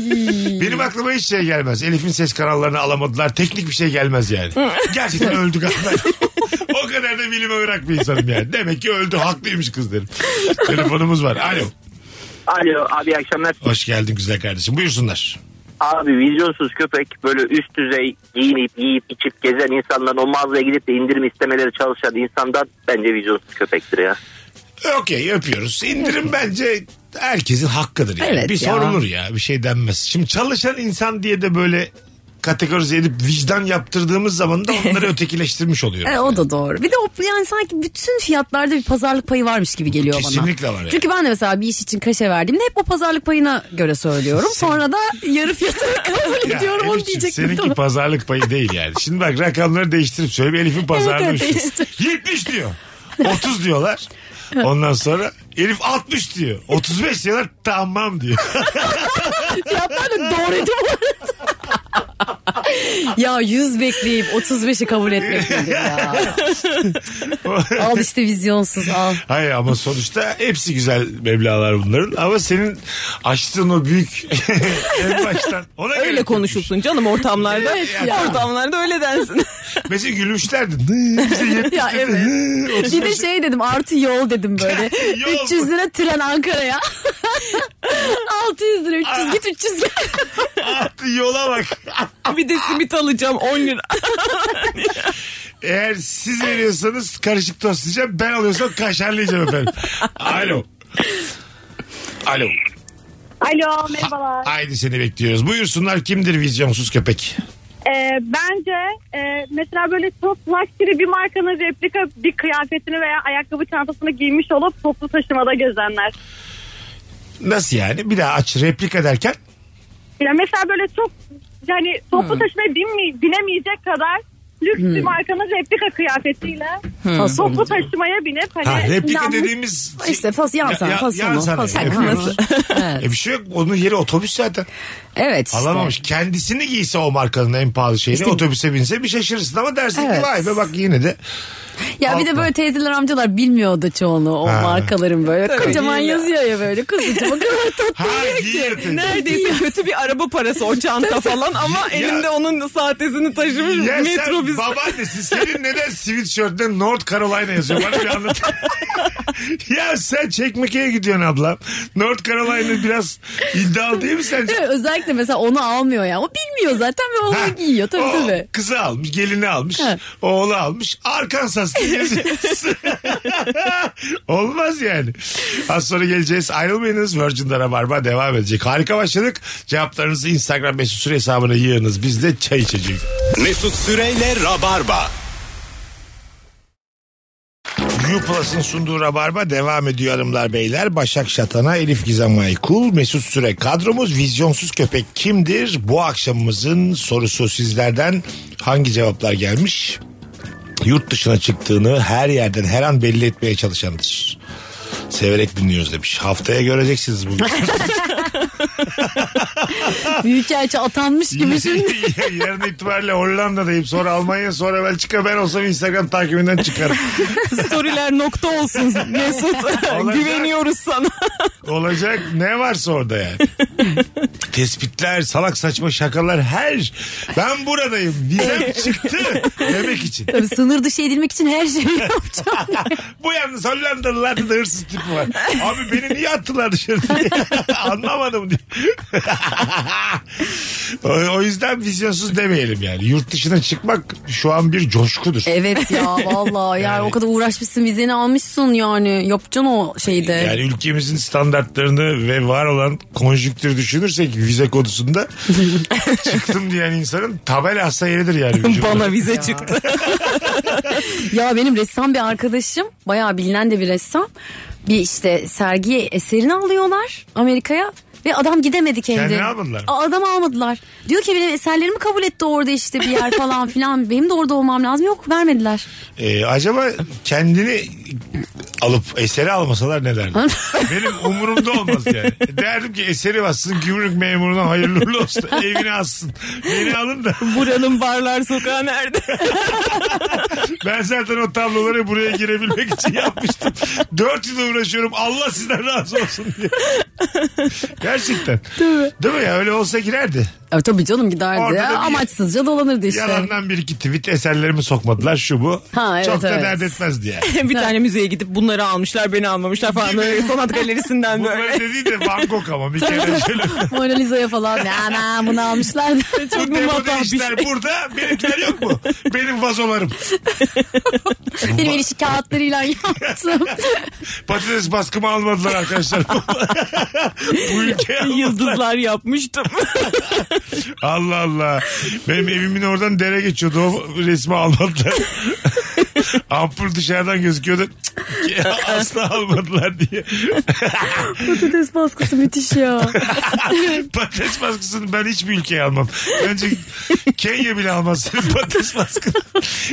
Speaker 3: Benim aklıma hiç şey gelmez. Elif'in ses kanallarını alamadılar. Teknik bir şey gelmez yani. Gerçekten öldü galiba. o kadar da bilime bırak bir insanım yani. Demek ki öldü. Haklıymış kız derim. Telefonumuz var. Alo.
Speaker 8: Alo abi iyi akşamlar.
Speaker 3: Hoş geldin güzel kardeşim. Buyursunlar.
Speaker 8: Abi vizyonsuz köpek böyle üst düzey giyinip yiyip içip gezen insanların o mağazaya gidip de indirim istemeleri çalışan insandan bence vizyonsuz köpektir ya.
Speaker 3: Okey öpüyoruz. İndirim bence herkesin hakkıdır yani.
Speaker 4: Evet
Speaker 3: bir
Speaker 4: ya.
Speaker 3: sorulur ya. Bir şey denmez. Şimdi çalışan insan diye de böyle kategorize edip vicdan yaptırdığımız zaman da onları ötekileştirmiş oluyoruz.
Speaker 4: E, o da doğru. Bir de o yani sanki bütün fiyatlarda bir pazarlık payı varmış gibi geliyor bana.
Speaker 3: Kesinlikle var yani.
Speaker 4: Çünkü ben de mesela bir iş için kaşe verdiğimde hep o pazarlık payına göre söylüyorum. Sonra da yarı fiyatını kabul
Speaker 3: Ya
Speaker 4: ediyorum onu
Speaker 3: Elif'ciğim,
Speaker 4: diyecektim.
Speaker 3: Seninki
Speaker 4: Tamam.
Speaker 3: pazarlık payı değil yani. Şimdi bak rakamları değiştirip söyle. Elif'in pazarlığı
Speaker 4: evet,
Speaker 3: şu.
Speaker 4: değiştir.
Speaker 3: 70 diyor. 30 diyorlar. Ondan sonra Elif 60 diyor. 35 diyorlar tamam diyor.
Speaker 4: Fiyatlar da doğru ediyor bu arada. ya 100 bekleyip 35'i kabul etmek nedir ya? al işte vizyonsuz al.
Speaker 3: Hayır ama sonuçta hepsi güzel meblağlar bunların. Ama senin açtığın o büyük en baştan ona göre
Speaker 5: Öyle
Speaker 3: yapılmış.
Speaker 5: konuşulsun canım ortamlarda. Ortamlarda öyle densin.
Speaker 3: Mesela gülmüşlerdi. Nı, Bize 70
Speaker 4: Ya
Speaker 3: dedi.
Speaker 4: evet.
Speaker 3: Nı, 35
Speaker 4: Bir de şey dedim artı yol dedim böyle.
Speaker 3: Yol mu?
Speaker 4: 300 lira tren Ankara'ya. 600 lira 300 git 300 gel.
Speaker 3: attı yola bak.
Speaker 5: bir de simit alacağım 10 lira.
Speaker 3: Eğer siz veriyorsanız karışık tost yiyeceğim. Ben alıyorsam kaşarlı yiyeceğim efendim. Alo. Alo.
Speaker 9: Alo merhabalar.
Speaker 3: Haydi seni bekliyoruz. Buyursunlar kimdir vizyonsuz köpek?
Speaker 9: Ee, bence e, mesela böyle çok luxury bir markanın replika bir kıyafetini veya ayakkabı çantasını giymiş olup toplu taşımada gezenler.
Speaker 3: Nasıl yani? Bir daha aç replika derken.
Speaker 9: Ya mesela böyle çok yani toplu
Speaker 3: Hmm.
Speaker 9: taşımaya binme- binemeyecek kadar lüks bir markanın replika kıyafetiyle toplu taşımaya binip hani
Speaker 3: Hmm. Ha, replika
Speaker 9: yanlış-
Speaker 3: dediğimiz...
Speaker 4: İşte fas yan
Speaker 3: Şey, Ya-
Speaker 4: sana,
Speaker 3: ya-
Speaker 4: fas
Speaker 3: yan
Speaker 4: sonu,
Speaker 3: sana
Speaker 4: fas
Speaker 3: yani.
Speaker 4: sonu.
Speaker 3: Yapıyoruz.
Speaker 4: Evet.
Speaker 3: E bir şey yok. Onun yeri otobüs zaten.
Speaker 4: Evet işte.
Speaker 3: Alamamış. Kendisini giyse o markanın en pahalı şeyini
Speaker 4: İşte-
Speaker 3: otobüse binse bir şaşırırsın ama dersin ki
Speaker 4: Evet.
Speaker 3: vay be bak yine de.
Speaker 4: Ya bir de
Speaker 3: Altta.
Speaker 4: böyle teyzeler amcalar bilmiyordu çoğunu o
Speaker 3: Ha.
Speaker 4: markaların böyle.
Speaker 5: Tabii,
Speaker 4: Kocaman
Speaker 5: değil ya.
Speaker 4: yazıyor ya böyle kuzucuğum o kadar tatlı.
Speaker 3: Ha giyiyor.
Speaker 5: Neredeyse kötü bir araba parası o çanta falan ama elinde onun saatesini taşımış
Speaker 3: Ya sen
Speaker 5: metrobüs.
Speaker 3: babaannesin. Senin neden sweatshirt'te North Carolina yazıyor? Bana bir anlat. ya sen çekmekeye gidiyorsun abla. North Carolina biraz iddialı değil mi sence?
Speaker 4: Değil mi? Özellikle mesela onu almıyor ya. O bilmiyor zaten ve
Speaker 3: Ha, Oh.
Speaker 4: onu giyiyor tabii
Speaker 3: o
Speaker 4: tabii.
Speaker 3: Kızı almış, gelini almış,
Speaker 4: Ha.
Speaker 3: oğlu almış. Arkansas'ta geziyorsun. Olmaz yani. Az sonra geleceğiz. Ayrılmayınız. Virgin'de Rabarba devam edecek. Harika başladık. Cevaplarınızı Instagram mesut süre hesabına yığınız. Biz de çay içeceğiz.
Speaker 2: Mesut Süreyle Rabarba.
Speaker 3: Uplus'ın sunduğu Rabarba devam ediyor hanımlar beyler. Başak Şatan'a, Elif Gizem Aykul, Mesut Süre kadromuz. Vizyonsuz köpek kimdir? Bu akşamımızın sorusu sizlerden hangi cevaplar gelmiş? Yurt dışına çıktığını her yerden her an belli etmeye çalışandır. Severek dinliyoruz demiş. Haftaya göreceksiniz bugün.
Speaker 4: Büyükelçi atanmış gibi şimdi.
Speaker 3: Yarın itibariyle Hollanda'dayım. Sonra Almanya sonra Belçika. Ben olsam Instagram takibinden çıkarım.
Speaker 5: Storyler nokta olsun Mesut. Güveniyoruz sana.
Speaker 3: Olacak ne varsa orada yani. Tespitler, salak saçma şakalar her. şey. Ben buradayım. Vizem çıktı demek için.
Speaker 4: Tabii sınır dışı edilmek için her şeyi yapacağım.
Speaker 3: Bu yalnız Hollandalılarda da hırsız tipi var. Abi beni niye attılar dışarı diye. Anlamadım diye. o, o yüzden vizyonsuz demeyelim yani. Yurt dışına çıkmak şu an bir coşkudur.
Speaker 4: evet ya vallahi yani, o kadar uğraşmışsın vizeni almışsın yani yapacaksın o şeyde.
Speaker 3: Yani ülkemizin standartlarını ve var olan konjüktür düşünürsek vize konusunda çıktım diyen insanın tabel hasta yeridir yani. vücudunda.
Speaker 5: Bana vize çıktı.
Speaker 4: Ya benim ressam bir arkadaşım bayağı bilinen de bir ressam. Bir işte sergiye eserini alıyorlar Amerika'ya ve adam gidemedi kendi.
Speaker 3: Kendini almadılar mı?
Speaker 4: Aa, adam almadılar. Diyor ki benim eserlerimi kabul etti orada işte bir yer falan filan. Benim de orada olmam lazım. Yok vermediler.
Speaker 3: Ee, acaba kendini alıp eseri almasalar ne derdim? Benim umurumda olmaz yani. Derdim ki eseri bassın gümrük memuruna hayırlı uğurlu olsun. Evine assın. Beni alın da
Speaker 5: Buranın barlar sokağı nerede?
Speaker 3: ben zaten o tabloları buraya girebilmek için yapmıştım. Dört yıl uğraşıyorum Allah sizden razı olsun diye. Gerçekten. Değil mi? ya öyle olsa girerdi.
Speaker 4: E, tabii canım giderdi.
Speaker 3: Orada da bir-
Speaker 4: Amaçsızca dolanırdı işte.
Speaker 3: Yalandan bir iki tweet eserlerimi sokmadılar şu bu.
Speaker 4: Ha, evet,
Speaker 3: Çok da
Speaker 4: evet.
Speaker 3: dert etmezdi yani.
Speaker 5: bir tane müzeye gidip bunları almışlar beni almamışlar falan. Böyle sanat galerisinden
Speaker 3: Bunlar
Speaker 5: böyle.
Speaker 3: dediği de Van Gogh ama bir kere şöyle.
Speaker 4: Mona Lisa'ya falan. Ana bunu almışlar.
Speaker 3: Bu
Speaker 4: Çok
Speaker 3: demoda
Speaker 4: mumatah bir
Speaker 3: işler
Speaker 4: şey.
Speaker 3: burada benimkiler yok mu? Benim vazolarım.
Speaker 4: Benim el işi kağıtlarıyla yaptım.
Speaker 3: Patates baskımı almadılar arkadaşlar. Bu ülke
Speaker 5: Yıldızlar yapmıştım.
Speaker 3: Allah Allah. Benim evimin oradan dere geçiyordu. O resmi almadılar. Ampul dışarıdan gözüküyordu. Cık, Asla almadılar diye.
Speaker 4: Patates baskısı müthiş ya.
Speaker 3: Patates baskısını ben hiçbir ülkeye almam. Bence Kenya bile almaz senin patates baskını.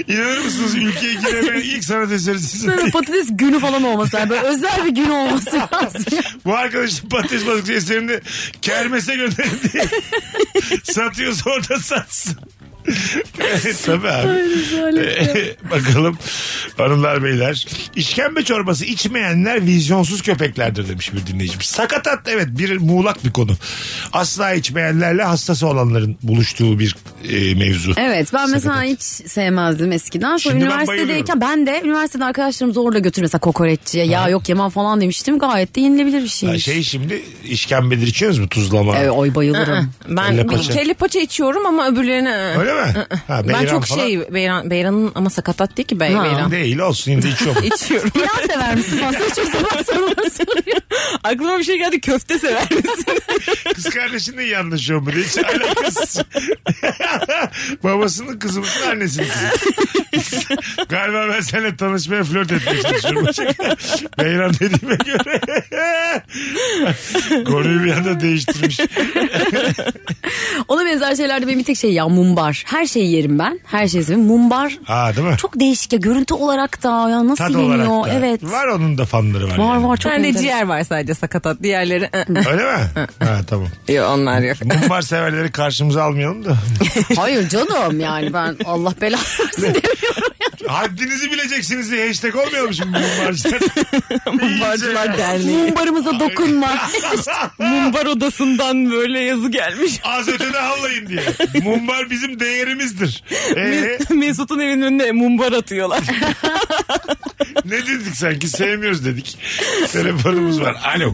Speaker 3: İnanır mısınız ülkeye giremeyen ilk sanat eseri sizin diye.
Speaker 4: Böyle patates günü falan olması lazım. Böyle özel bir gün olması lazım.
Speaker 3: Bu arkadaşın patates baskısı eserini kermese gönderin diye. Satıyorsa orada satsın. Tabii abi. Ee, Bakalım hanımlar beyler. İşkembe çorbası içmeyenler vizyonsuz köpeklerdir demiş bir dinleyicimiz. Sakatat evet bir muğlak bir konu. Asla içmeyenlerle hastası olanların buluştuğu bir e, mevzu.
Speaker 4: Evet ben mesela
Speaker 3: Sakatat.
Speaker 4: hiç sevmezdim eskiden. Sonra
Speaker 3: Şimdi ben bayılıyorum.
Speaker 4: üniversitedeyken ben de üniversitede arkadaşlarım zorla götür mesela kokoreççiye. Ya yok yemem falan demiştim. Gayet de yenilebilir
Speaker 3: Ha,
Speaker 4: bir şeymiş.
Speaker 3: Şey şimdi işkembedir içiyoruz mu tuzlama?
Speaker 4: Evet oy bayılırım.
Speaker 5: ben
Speaker 3: Kelle
Speaker 5: bir-
Speaker 3: paça.
Speaker 5: ke-
Speaker 8: Kelle paça içiyorum ama öbürlerine.
Speaker 3: Öyle mi? Ha,
Speaker 8: ben
Speaker 3: beyran
Speaker 8: çok
Speaker 3: falan.
Speaker 8: şey Beyran, Beyran'ın ama sakatat değil ki Bey,
Speaker 4: Ha.
Speaker 8: Beyran.
Speaker 3: Değil olsun yine de içiyorum.
Speaker 8: İçiyorum.
Speaker 4: Pilav sever misin? Aslında çok sever sorular soruyor.
Speaker 5: Aklıma bir şey geldi köfte sever misin?
Speaker 3: Kız kardeşinle iyi anlaşıyor mu diye. Hiç alakasız. Babasının kızımızın annesinin kızı. Galiba ben seninle tanışmaya flört etmeye çalışıyorum. Beyran dediğime göre. Konuyu bir anda değiştirmiş.
Speaker 4: Ona benzer şeylerde benim bir tek şey ya mumbar. Her şeyi yerim ben. Her şeyi severim. Mumbar
Speaker 3: Aa değil mi?
Speaker 4: çok değişik ya. Görüntü olarak da ya nasıl
Speaker 3: Tadı
Speaker 4: yeniyor?
Speaker 3: olarak da.
Speaker 4: Evet.
Speaker 3: Var onun da fanları var.
Speaker 4: Var
Speaker 3: yani.
Speaker 4: var çok
Speaker 8: Ben de
Speaker 4: enteresan.
Speaker 8: ciğer var sadece sakatat. Diğerleri ı, ı.
Speaker 3: Öyle mi? ha tamam.
Speaker 8: Yok onlar yok.
Speaker 3: Mumbar severleri karşımıza almayalım da.
Speaker 4: Hayır canım yani ben Allah belanı versin demiyorum.
Speaker 3: Haddinizi bileceksiniz diye hashtag olmayalım şimdi mumbarcılar. Mumbarcılar
Speaker 4: Mumbarımıza dokunma.
Speaker 5: Mumbar odasından böyle yazı gelmiş.
Speaker 3: Az ötede havlayın diye. Mumbar bizim değerimizdir. Ee,
Speaker 5: Mesut'un evinin önüne mumbar atıyorlar.
Speaker 3: ne dedik sanki sevmiyoruz dedik. Telefonumuz var. Alo.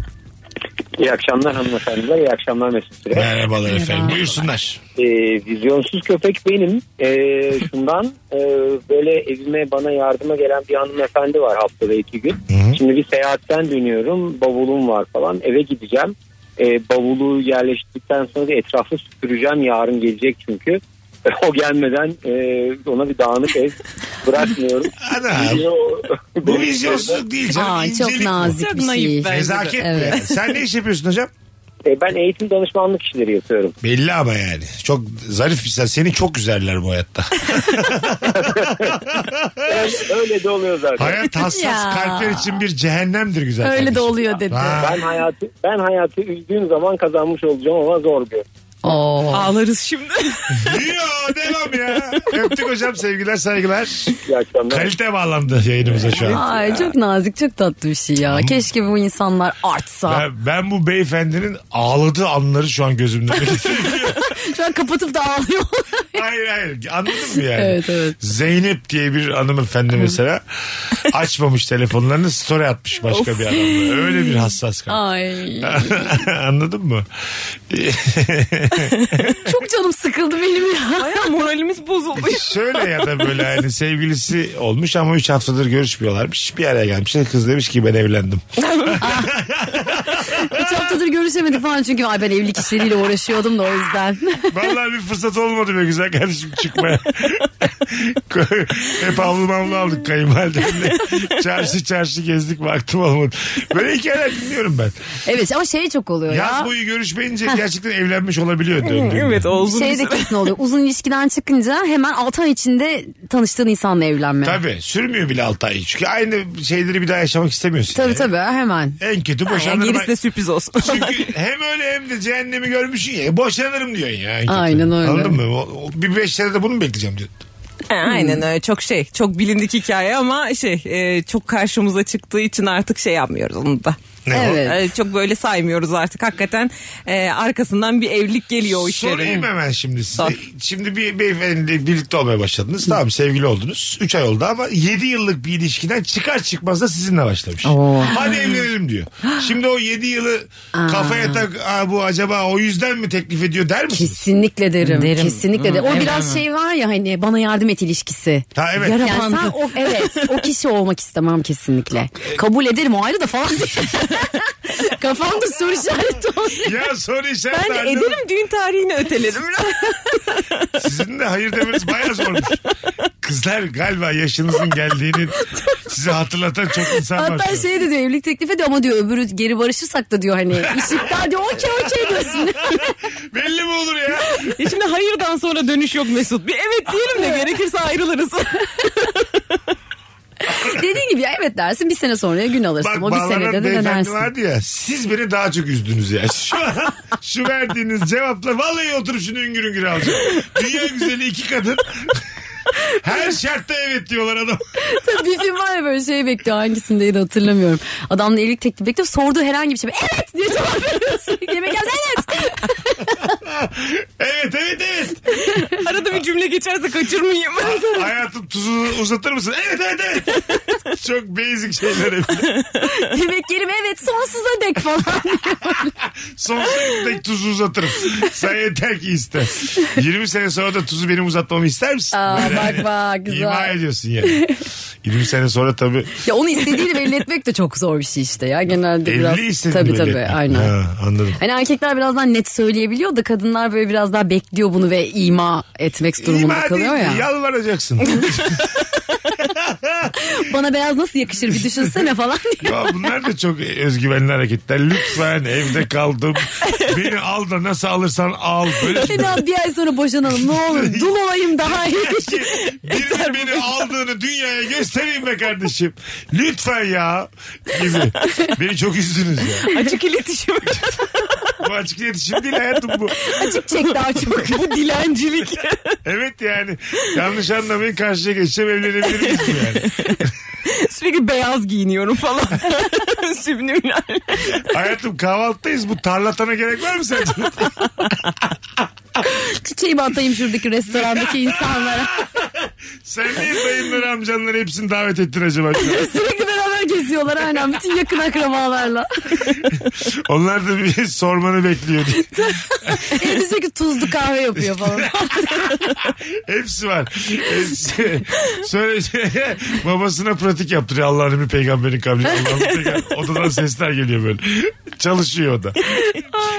Speaker 10: İyi akşamlar hanımefendiler, iyi akşamlar Mesut Süre.
Speaker 3: Merhabalar efendim. Buyursunlar.
Speaker 10: Ee, vizyonsuz köpek benim. Ee, şundan e, böyle evime bana yardıma gelen bir hanımefendi var haftada iki gün. Şimdi bir seyahatten dönüyorum, bavulum var falan. Eve gideceğim. Ee, bavulu yerleştirdikten sonra da etrafı süpüreceğim. Yarın gelecek çünkü. O gelmeden e, ona bir dağınık ev bırakmıyorum.
Speaker 3: Ana. Ee, Bu vizyonsuzluk değil canım.
Speaker 4: Aa, çok
Speaker 3: incelik bu.
Speaker 4: nazik
Speaker 5: Çok
Speaker 4: bir şey.
Speaker 5: naif ben.
Speaker 3: Nezaket bu
Speaker 4: Evet.
Speaker 3: yani. Sen ne iş yapıyorsun hocam?
Speaker 10: E, ben eğitim danışmanlık işleri yapıyorum.
Speaker 3: Belli ama yani. Çok zarif bir sen. Seni çok güzeller bu hayatta.
Speaker 10: öyle, öyle de oluyor zaten.
Speaker 3: Hayat hassas
Speaker 4: Ya.
Speaker 3: kalpler için bir cehennemdir güzel
Speaker 4: Öyle
Speaker 3: kardeşim.
Speaker 4: de oluyor dedi.
Speaker 3: Ha.
Speaker 10: Ben hayatı ben hayatı üzdüğüm zaman kazanmış olacağım ama zor bir.
Speaker 4: Oo.
Speaker 5: Ağlarız şimdi.
Speaker 3: Yo devam ya. Öptük hocam sevgiler saygılar.
Speaker 10: İyi akşamlar.
Speaker 3: Kalite bağlandı yayınımıza şu an.
Speaker 4: Ay çok nazik çok tatlı bir şey ya. Keşke bu insanlar artsa.
Speaker 3: Ben, ben bu beyefendinin ağladığı anları şu an gözümden.
Speaker 4: Şu an kapatıp da ağlıyor.
Speaker 3: hayır hayır anladın mı yani?
Speaker 4: Evet, evet.
Speaker 3: Zeynep diye bir hanımefendi mesela açmamış telefonlarını story atmış başka bir adamla. Öyle bir hassas kadın.
Speaker 4: Ay
Speaker 3: Anladın mı?
Speaker 4: çok canım sıkıldı benim ya.
Speaker 5: Baya moralimiz bozuldu.
Speaker 3: Şöyle ya da böyle hani sevgilisi olmuş ama 3 haftadır görüşmüyorlarmış. Bir araya gelmişler. Kız demiş ki ben evlendim.
Speaker 4: Üç haftadır görüşemedik falan çünkü ay ben evlilik işleriyle uğraşıyordum da o yüzden.
Speaker 3: Vallahi bir fırsat olmadı be güzel kardeşim çıkmaya. Hep avlu mavlu aldık kayınvalidemle. çarşı çarşı gezdik vaktim olmadı. Böyle hikayeler dinliyorum ben.
Speaker 4: evet ama şey çok oluyor ya.
Speaker 3: Yaz boyu görüşmeyince gerçekten evlenmiş olabiliyor döndüğümde.
Speaker 5: evet oldu.
Speaker 4: şey de kesin oluyor. Uzun ilişkiden çıkınca hemen 6 ay içinde tanıştığın insanla evlenme.
Speaker 3: Tabii sürmüyor bile 6 ay. Çünkü aynı şeyleri bir daha yaşamak istemiyorsun.
Speaker 4: Tabii
Speaker 3: yani.
Speaker 4: tabii hemen.
Speaker 3: En kötü
Speaker 5: Yani
Speaker 3: boşanırım.
Speaker 5: gerisi de sürpriz olsun.
Speaker 3: Çünkü hem öyle hem de cehennemi görmüşsün ya. Boşanırım diyorsun ya. en kötü.
Speaker 4: Aynen öyle.
Speaker 3: Anladın mı? O- o- Bir beş senede bunu mu bekleyeceğim diyor.
Speaker 5: Ha, Aynen öyle çok şey çok bilindik hikaye ama şey e, çok karşımıza çıktığı için artık şey yapmıyoruz onu da.
Speaker 3: Ne o?
Speaker 4: Evet.
Speaker 5: E, çok böyle saymıyoruz artık hakikaten e, arkasından bir evlilik geliyor o
Speaker 3: Sorayım
Speaker 5: işlerin.
Speaker 3: hemen şimdi size.
Speaker 5: Sor.
Speaker 3: Şimdi bir beyefendiyle birlikte olmaya başladınız. Tamam sevgili oldunuz. 3 ay oldu ama 7 yıllık bir ilişkiden çıkar çıkmaz da sizinle başlamış. Hadi evlenelim diyor. Şimdi o 7 yılı kafaya tak "Aa, bu acaba o yüzden mi teklif ediyor der misiniz?
Speaker 4: Kesinlikle derim.
Speaker 5: Derim.
Speaker 4: Kesinlikle derim. O biraz şey var ya hani bana yardım et ilişkisi.
Speaker 3: Ha evet.
Speaker 4: Yani sen o, evet o kişi olmak istemem kesinlikle. Kabul ederim o ayrı da falan. Kafamda soru işareti oluyor.
Speaker 3: Ya soru işareti.
Speaker 5: Ben
Speaker 3: halinde-
Speaker 5: ederim düğün tarihini ötelerim.
Speaker 3: Sizin de hayır demeniz bayağı zormuş. Kızlar galiba yaşınızın geldiğini size hatırlatan çok insan var.
Speaker 4: Hatta
Speaker 3: şu an.
Speaker 4: şey de diyor evlilik teklifi de ama diyor öbürü geri barışırsak da diyor hani iş iptal diyor okey okey diyorsun.
Speaker 3: Belli mi olur ya?
Speaker 5: Ya E, şimdi hayırdan sonra dönüş yok Mesut. Bir evet diyelim de gerekirse ayrılırız.
Speaker 4: Dediğin gibi ya evet dersin bir sene sonra gün
Speaker 3: Bak
Speaker 4: alırsın o bir senede
Speaker 3: bağlanan
Speaker 4: de
Speaker 3: beyefendi
Speaker 4: dönersin.
Speaker 3: vardı ya. Siz beni daha çok üzdünüz ya. Şu, an- şu verdiğiniz cevapla vallahi oturup şunu üngür üngür alacağım. Dünya güzeli iki kadın. Her şartta evet diyorlar adam.
Speaker 4: Tabii bir film var ya böyle şey bekliyor hangisindeydi hatırlamıyorum. Adamla evlilik teklifi bekliyor sorduğu herhangi bir şey. Evet diye cevap veriyorsun. Yemek yersen evet.
Speaker 3: Evet evet evet.
Speaker 5: Arada bir cümle geçerse kaçırmayayım.
Speaker 3: Hayatım tuzunu uzatır mısın? Evet evet evet. Çok basic şeyler hep.
Speaker 4: Yemek yerim evet sonsuza dek falan.
Speaker 3: Sonsuza dek tuzu uzatırım. Sen yeter ki iste. 20 sene sonra da tuzu benim uzatmamı ister misin?
Speaker 4: Aa,
Speaker 3: Böyle
Speaker 4: bak
Speaker 3: hani
Speaker 4: bak, güzel.
Speaker 3: İma ediyorsun yani. 20 sene sonra tabii
Speaker 4: ya onu istediğini belli etmek de çok zor bir şey işte ya. Genelde biraz.
Speaker 3: evli istedin
Speaker 4: Tabii
Speaker 3: böyle.
Speaker 4: tabii aynen.
Speaker 3: Ha, anladım.
Speaker 4: Hani erkekler biraz daha net söyleyebiliyor da kadınlar böyle biraz daha bekliyor bunu ve ima etmek durumunda
Speaker 3: İma
Speaker 4: kalıyor
Speaker 3: değil,
Speaker 4: ya.
Speaker 3: Yalvaracaksın.
Speaker 4: Bana beyaz nasıl yakışır bir düşünsene falan diye.
Speaker 3: ya bunlar da çok özgüvenli hareketler. Lütfen evde kaldım. Beni al da nasıl alırsan al. Böyle
Speaker 4: En az bir ay sonra boşanalım ne olur dul olayım daha iyi.
Speaker 3: Ki Birinin beni aldığını dünyaya göstereyim be kardeşim. Lütfen ya. Gibi. Beni çok üzdünüz ya.
Speaker 5: Açık iletişim.
Speaker 3: Bu açık iletişim değil hayatım bu.
Speaker 4: Açık çek daha çok.
Speaker 5: Bu dilencilik.
Speaker 3: Evet yani yanlış anlamayın karşıya geçeceğim evlenebilir miyiz mi yani?
Speaker 5: Sürekli beyaz giyiniyorum falan. Sübnümler.
Speaker 3: Hayatım kahvaltıdayız bu tarlatana gerek var mı sence?
Speaker 4: Çiçeğimi atayım şuradaki restorandaki insanlara.
Speaker 3: Sen niye dayınları amcanları hepsini davet ettin acaba? şu an?
Speaker 4: Sürekli beraber geziyorlar aynen bütün yakın akrabalarla.
Speaker 3: Onlar da bir sormanı bekliyor diye.
Speaker 4: Evde sürekli tuzlu kahve yapıyor falan.
Speaker 3: Hepsi var. Hepsi. Söyle babasına pratik yaptırıyor Allah'ın bir peygamberin kabri. Allah'ın bir peygamber. Odadan sesler geliyor böyle. Çalışıyor o da.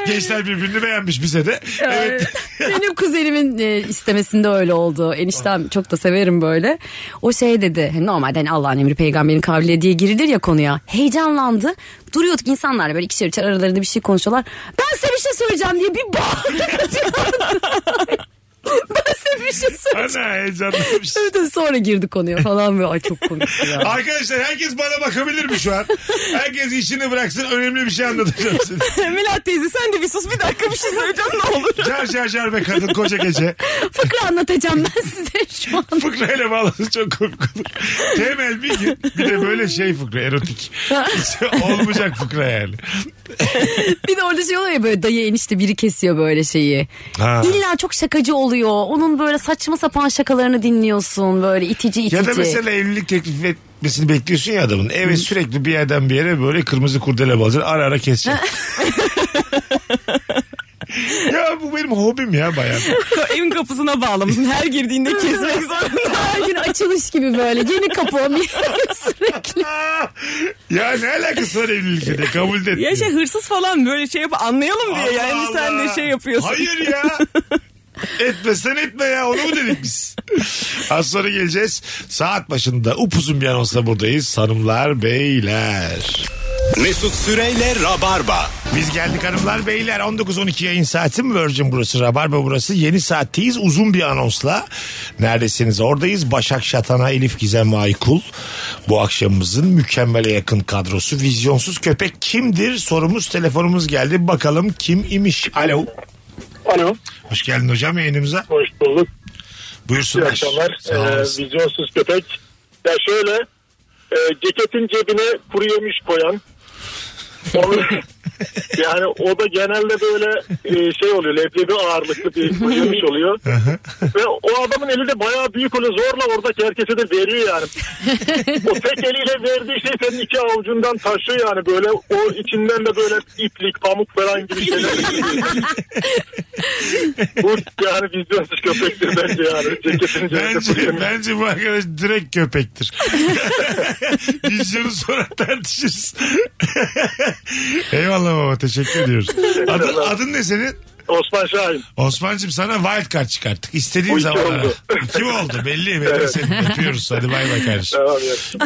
Speaker 3: Gençler birbirini beğenmiş bize de. Evet.
Speaker 4: Benim kuzenimin e, istemesinde öyle oldu. Eniştem çok da severim böyle. O şey dedi. hani Normalde hani Allah'ın emri peygamberin kavliyle diye girilir ya konuya. Heyecanlandı. Duruyorduk insanlar böyle ikişer üçer aralarında bir şey konuşuyorlar. Ben size bir şey söyleyeceğim diye bir bağırdı. ben size bir şey söyleyeceğim.
Speaker 3: Ana heyecanlanmış.
Speaker 4: Evet, evet, sonra girdi konuya falan böyle ay çok komik ya.
Speaker 3: Arkadaşlar herkes bana bakabilir mi şu an? Herkes işini bıraksın önemli bir şey anlatacağım size.
Speaker 5: Milat teyze sen de bir sus bir dakika bir şey söyleyeceğim ne olur.
Speaker 3: Car car car be kadın koca gece.
Speaker 4: Fıkra anlatacağım ben size şu an.
Speaker 3: Fıkrayla bağlası çok komik olur. Temel bir gün bir de böyle şey fıkra erotik. Hiç olmayacak fıkra yani.
Speaker 4: Bir de orada şey oluyor ya böyle dayı enişte biri kesiyor böyle şeyi.
Speaker 3: Ha.
Speaker 4: İlla çok şakacı oluyor. Onun böyle saçma sapan şakalarını dinliyorsun böyle itici itici.
Speaker 3: Ya da mesela evlilik teklif etmesini bekliyorsun ya adamın. Eve sürekli bir yerden bir yere böyle kırmızı kurdele bağlayacaksın. Ara ara keseceksin. ya bu benim hobim ya bayağı.
Speaker 5: Evin kapısına bağlamışsın her girdiğinde kesmek zorunda.
Speaker 4: Her gün açılış gibi böyle yeni kapı sürekli.
Speaker 3: ya ne alakası var evlilikle de kabul de
Speaker 5: Ya
Speaker 3: etmiyor.
Speaker 5: şey hırsız falan böyle şey yap anlayalım diye
Speaker 3: Allah
Speaker 5: yani sen
Speaker 3: Allah.
Speaker 5: de şey yapıyorsun.
Speaker 3: Hayır ya. Etmesen etme ya onu mu dedik biz? Az sonra geleceğiz. Saat başında upuzun bir anonsla buradayız. Hanımlar beyler.
Speaker 2: Mesut Süreyle Rabarba.
Speaker 3: Biz geldik hanımlar beyler 19-12 yayın saati mi Virgin burası Rabarba burası yeni saatteyiz uzun bir anonsla neredesiniz oradayız Başak Şatan'a Elif Gizem ve Aykul bu akşamımızın mükemmele yakın kadrosu vizyonsuz köpek kimdir sorumuz telefonumuz geldi bakalım kim imiş alo
Speaker 11: Alo.
Speaker 3: hoş geldin hocam yayınımıza
Speaker 11: Hoş bulduk. İyi
Speaker 3: buyursunlar
Speaker 11: akşamlar.
Speaker 3: Sağ
Speaker 11: Ee,
Speaker 3: olasın.
Speaker 11: vizyonsuz köpek. Ya şöyle e, ceketin cebine kuru yemiş koyan. Onu- yani o da genelde böyle e, şey oluyor leblebi ağırlıklı bir kuru yemiş oluyor. Ve o adamın eli de bayağı büyük oluyor. Zorla oradaki herkese de veriyor yani. o tek eliyle verdiği şey senin iki avucundan taşıyor yani. Böyle o içinden de böyle iplik, pamuk falan gibi şeyler. Bu yani vizyonsuz köpektir bence yani. Ceketin
Speaker 3: Bence, bence bu arkadaş direkt köpektir. Vizyonu sonra tartışırız. Eyvallah baba teşekkür ediyoruz. Adın, adın ne senin?
Speaker 11: Osman Şahin.
Speaker 3: Osman'cığım sana wild card çıkarttık. İstediğin
Speaker 11: Bu iki
Speaker 3: zaman ara.
Speaker 11: oldu.
Speaker 3: İki mi oldu belli. Belli seni öpüyoruz. Hadi bay bay kardeşim.
Speaker 11: Tamam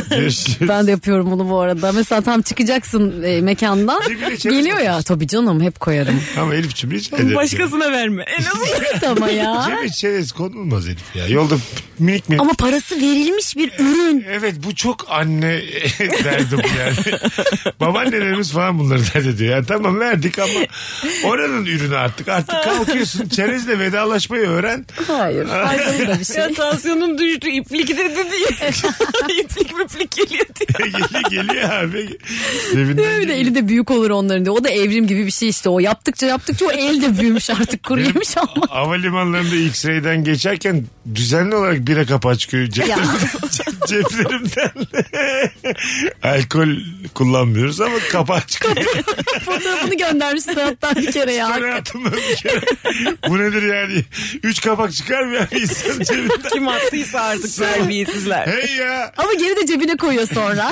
Speaker 3: Görüşürüz.
Speaker 4: Ben de yapıyorum bunu bu arada. Mesela tam çıkacaksın e, mekandan.
Speaker 3: Cebine çerez
Speaker 4: Geliyor ya tabii canım hep koyarım.
Speaker 3: Ama Elif'ciğim rica ederim.
Speaker 5: Başkasına verme. En azından.
Speaker 4: Evet ama ya.
Speaker 3: Cemil Çerez konulmaz Elif ya. Yolda minik minik.
Speaker 4: Ama parası verilmiş bir ürün.
Speaker 3: Evet bu çok anne derdi bu yani. Babaannelerimiz falan bunları dert ediyor. Yani tamam verdik ama oranın ürünü artık. Artık kalkıyorsun çerezle vedalaşmayı öğren.
Speaker 4: Hayır. Ayrılı da bir
Speaker 5: Ya
Speaker 4: şey.
Speaker 5: tansiyonun düştü iplik dedi diye. iplik müplik geliyor diye.
Speaker 3: geliyor, geliyor abi. Cebinden
Speaker 4: Bir de
Speaker 3: geliyor.
Speaker 4: eli de büyük olur onların diyor. O da evrim gibi bir şey işte. O yaptıkça yaptıkça o el de büyümüş artık kuru yemiş ama.
Speaker 3: Havalimanlarında X-ray'den geçerken düzenli olarak bira kapağı çıkıyor ceplerimden. ceplerimden. Alkol kullanmıyoruz ama kapağı çıkıyor.
Speaker 4: Fotoğrafını göndermiş hatta bir kere ya.
Speaker 3: Ben hayatımda bir kere. Bu nedir yani? Üç kapak çıkar mı ya bir insanın cebinden?
Speaker 5: Kim attıysa artık terbiyesizler.
Speaker 3: Hey ya.
Speaker 4: Ama geri de cebine koyuyor sonra.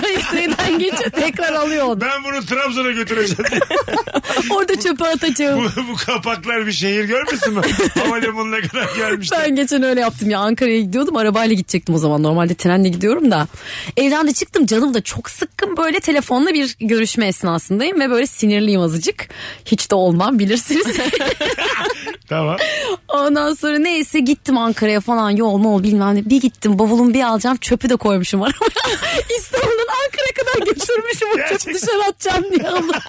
Speaker 4: Orayı sıraydan geçiyor tekrar alıyor onu.
Speaker 3: Ben bunu Trabzon'a götüreceğim.
Speaker 4: Orada çöpe atacağım.
Speaker 3: bu, bu kapaklar bir şehir görmesin mi? Havalimanına kadar gelmişler.
Speaker 4: Ben geçen öyle yaptım ya Ankara'ya gidiyordum arabayla gidecektim o zaman normalde trenle gidiyorum da evden de çıktım canım da çok sıkkın böyle telefonla bir görüşme esnasındayım ve böyle sinirliyim azıcık hiç de olmam bilirsiniz
Speaker 3: Tamam.
Speaker 4: ondan sonra neyse gittim Ankara'ya falan yol mol bilmem ne bir gittim bavulum bir alacağım çöpü de koymuşum arabaya İstanbul'dan Ankara'ya kadar götürmüşüm o çöpü
Speaker 3: Gerçekten.
Speaker 4: dışarı atacağım diye Allah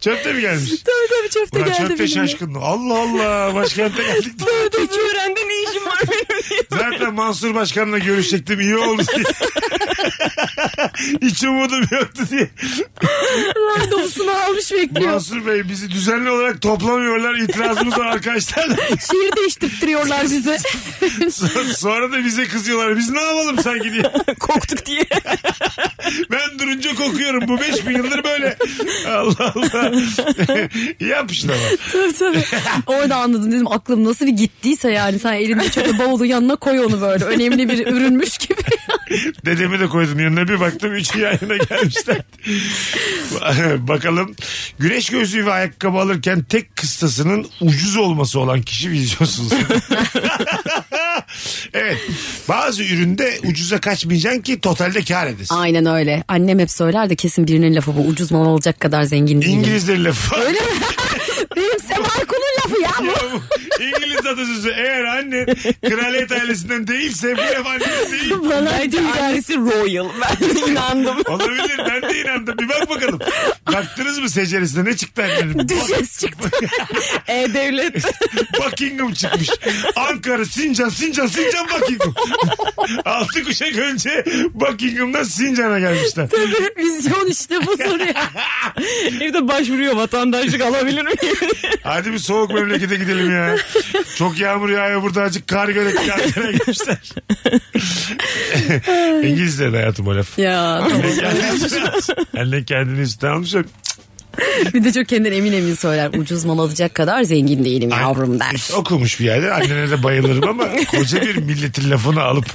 Speaker 3: Çöpte mi gelmiş?
Speaker 4: tabii tabii çöp de
Speaker 3: Ulan
Speaker 4: geldi
Speaker 3: çöpte
Speaker 4: benimle.
Speaker 3: şaşkın. Allah Allah. Başkente geldik.
Speaker 4: Tabii, tabii.
Speaker 5: Hiç öğrende ne işim var benim diye.
Speaker 3: Zaten Mansur Başkan'la görüşecektim. iyi oldu diye. Hiç umudum yoktu diye.
Speaker 4: Randevusunu almış bekliyor.
Speaker 3: Mansur Bey bizi düzenli olarak toplamıyorlar. İtirazımız var arkadaşlar.
Speaker 4: Şehir değiştirtiyorlar bize.
Speaker 3: So- Sonra da bize kızıyorlar. Biz ne yapalım sanki diye.
Speaker 5: Koktuk diye.
Speaker 3: Ben durunca kokuyorum. Bu beş bin yıldır böyle. Allah Allah. Yapışın ama.
Speaker 4: tabii tabii. Orada anladım dedim aklım nasıl bir gittiyse yani sen elinde çöpe bavulun yanına koy onu böyle. Önemli bir ürünmüş gibi.
Speaker 3: Dedemi de koydum yanına bir Baktım üçü yan yana gelmişler. Bakalım. Güneş gözlüğü ve ayakkabı alırken tek kıstasının ucuz olması olan kişi vizyonsuz. evet. Bazı üründe ucuza kaçmayacaksın ki totalde kar edesin.
Speaker 4: Aynen öyle. Annem hep söyler de kesin birinin lafı bu. Ucuz mal alacak kadar zengin değilim.
Speaker 3: İngilizlerin lafı.
Speaker 4: Öyle mi? Benim Semarkun'un lafı ya bu.
Speaker 3: Ya bu İngiliz atasözü eğer annen kraliyet ailesinden değilse bu ev annen değil.
Speaker 5: Bence ailesi royal. Ben de inandım.
Speaker 3: Olabilir ben de inandım. Bir bak bakalım. Baktınız mı seceresinde ne çıktı annenin?
Speaker 5: Düşes çıktı. E-Devlet.
Speaker 3: Buckingham çıkmış. Ankara, Sincan, Sincan, Sincan, Buckingham. Altı kuşak önce Buckingham'dan Sincan'a gelmişler.
Speaker 5: Vizyon işte bu soru ya. Evde başvuruyor vatandaşlık alabilir miyim?
Speaker 3: Hadi bir soğuk memlekete gidelim ya. Çok yağmur yağıyor burada azıcık kar görek Ankara'ya gelmişler. İngilizlerin hayatım o laf.
Speaker 4: Ya
Speaker 3: Annen kendini üstüne almış. Annen kendini üstüne almış.
Speaker 4: bir de çok kendine emin emin söyler. Ucuz mal alacak kadar zengin değilim yavrum der.
Speaker 3: Okumuş bir yerde annene de bayılırım ama koca bir milletin lafını alıp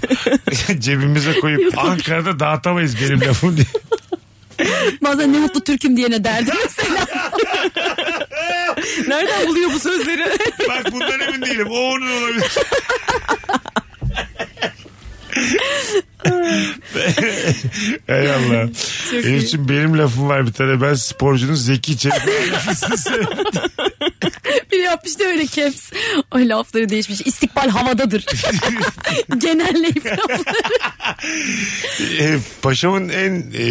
Speaker 3: cebimize koyup Ankara'da dağıtamayız benim lafım diye.
Speaker 4: Bazen ne mutlu Türk'üm diyene derdi mesela.
Speaker 5: Nereden buluyor bu sözleri?
Speaker 3: Bak bundan emin değilim. O onun olabilir. Ey Allah. Benim için benim lafım var bir tane. Ben sporcunun zeki çevirmesini
Speaker 4: Biri yapmış da öyle caps. O lafları değişmiş. İstikbal havadadır. Genelleyip lafları.
Speaker 3: e, paşamın en e,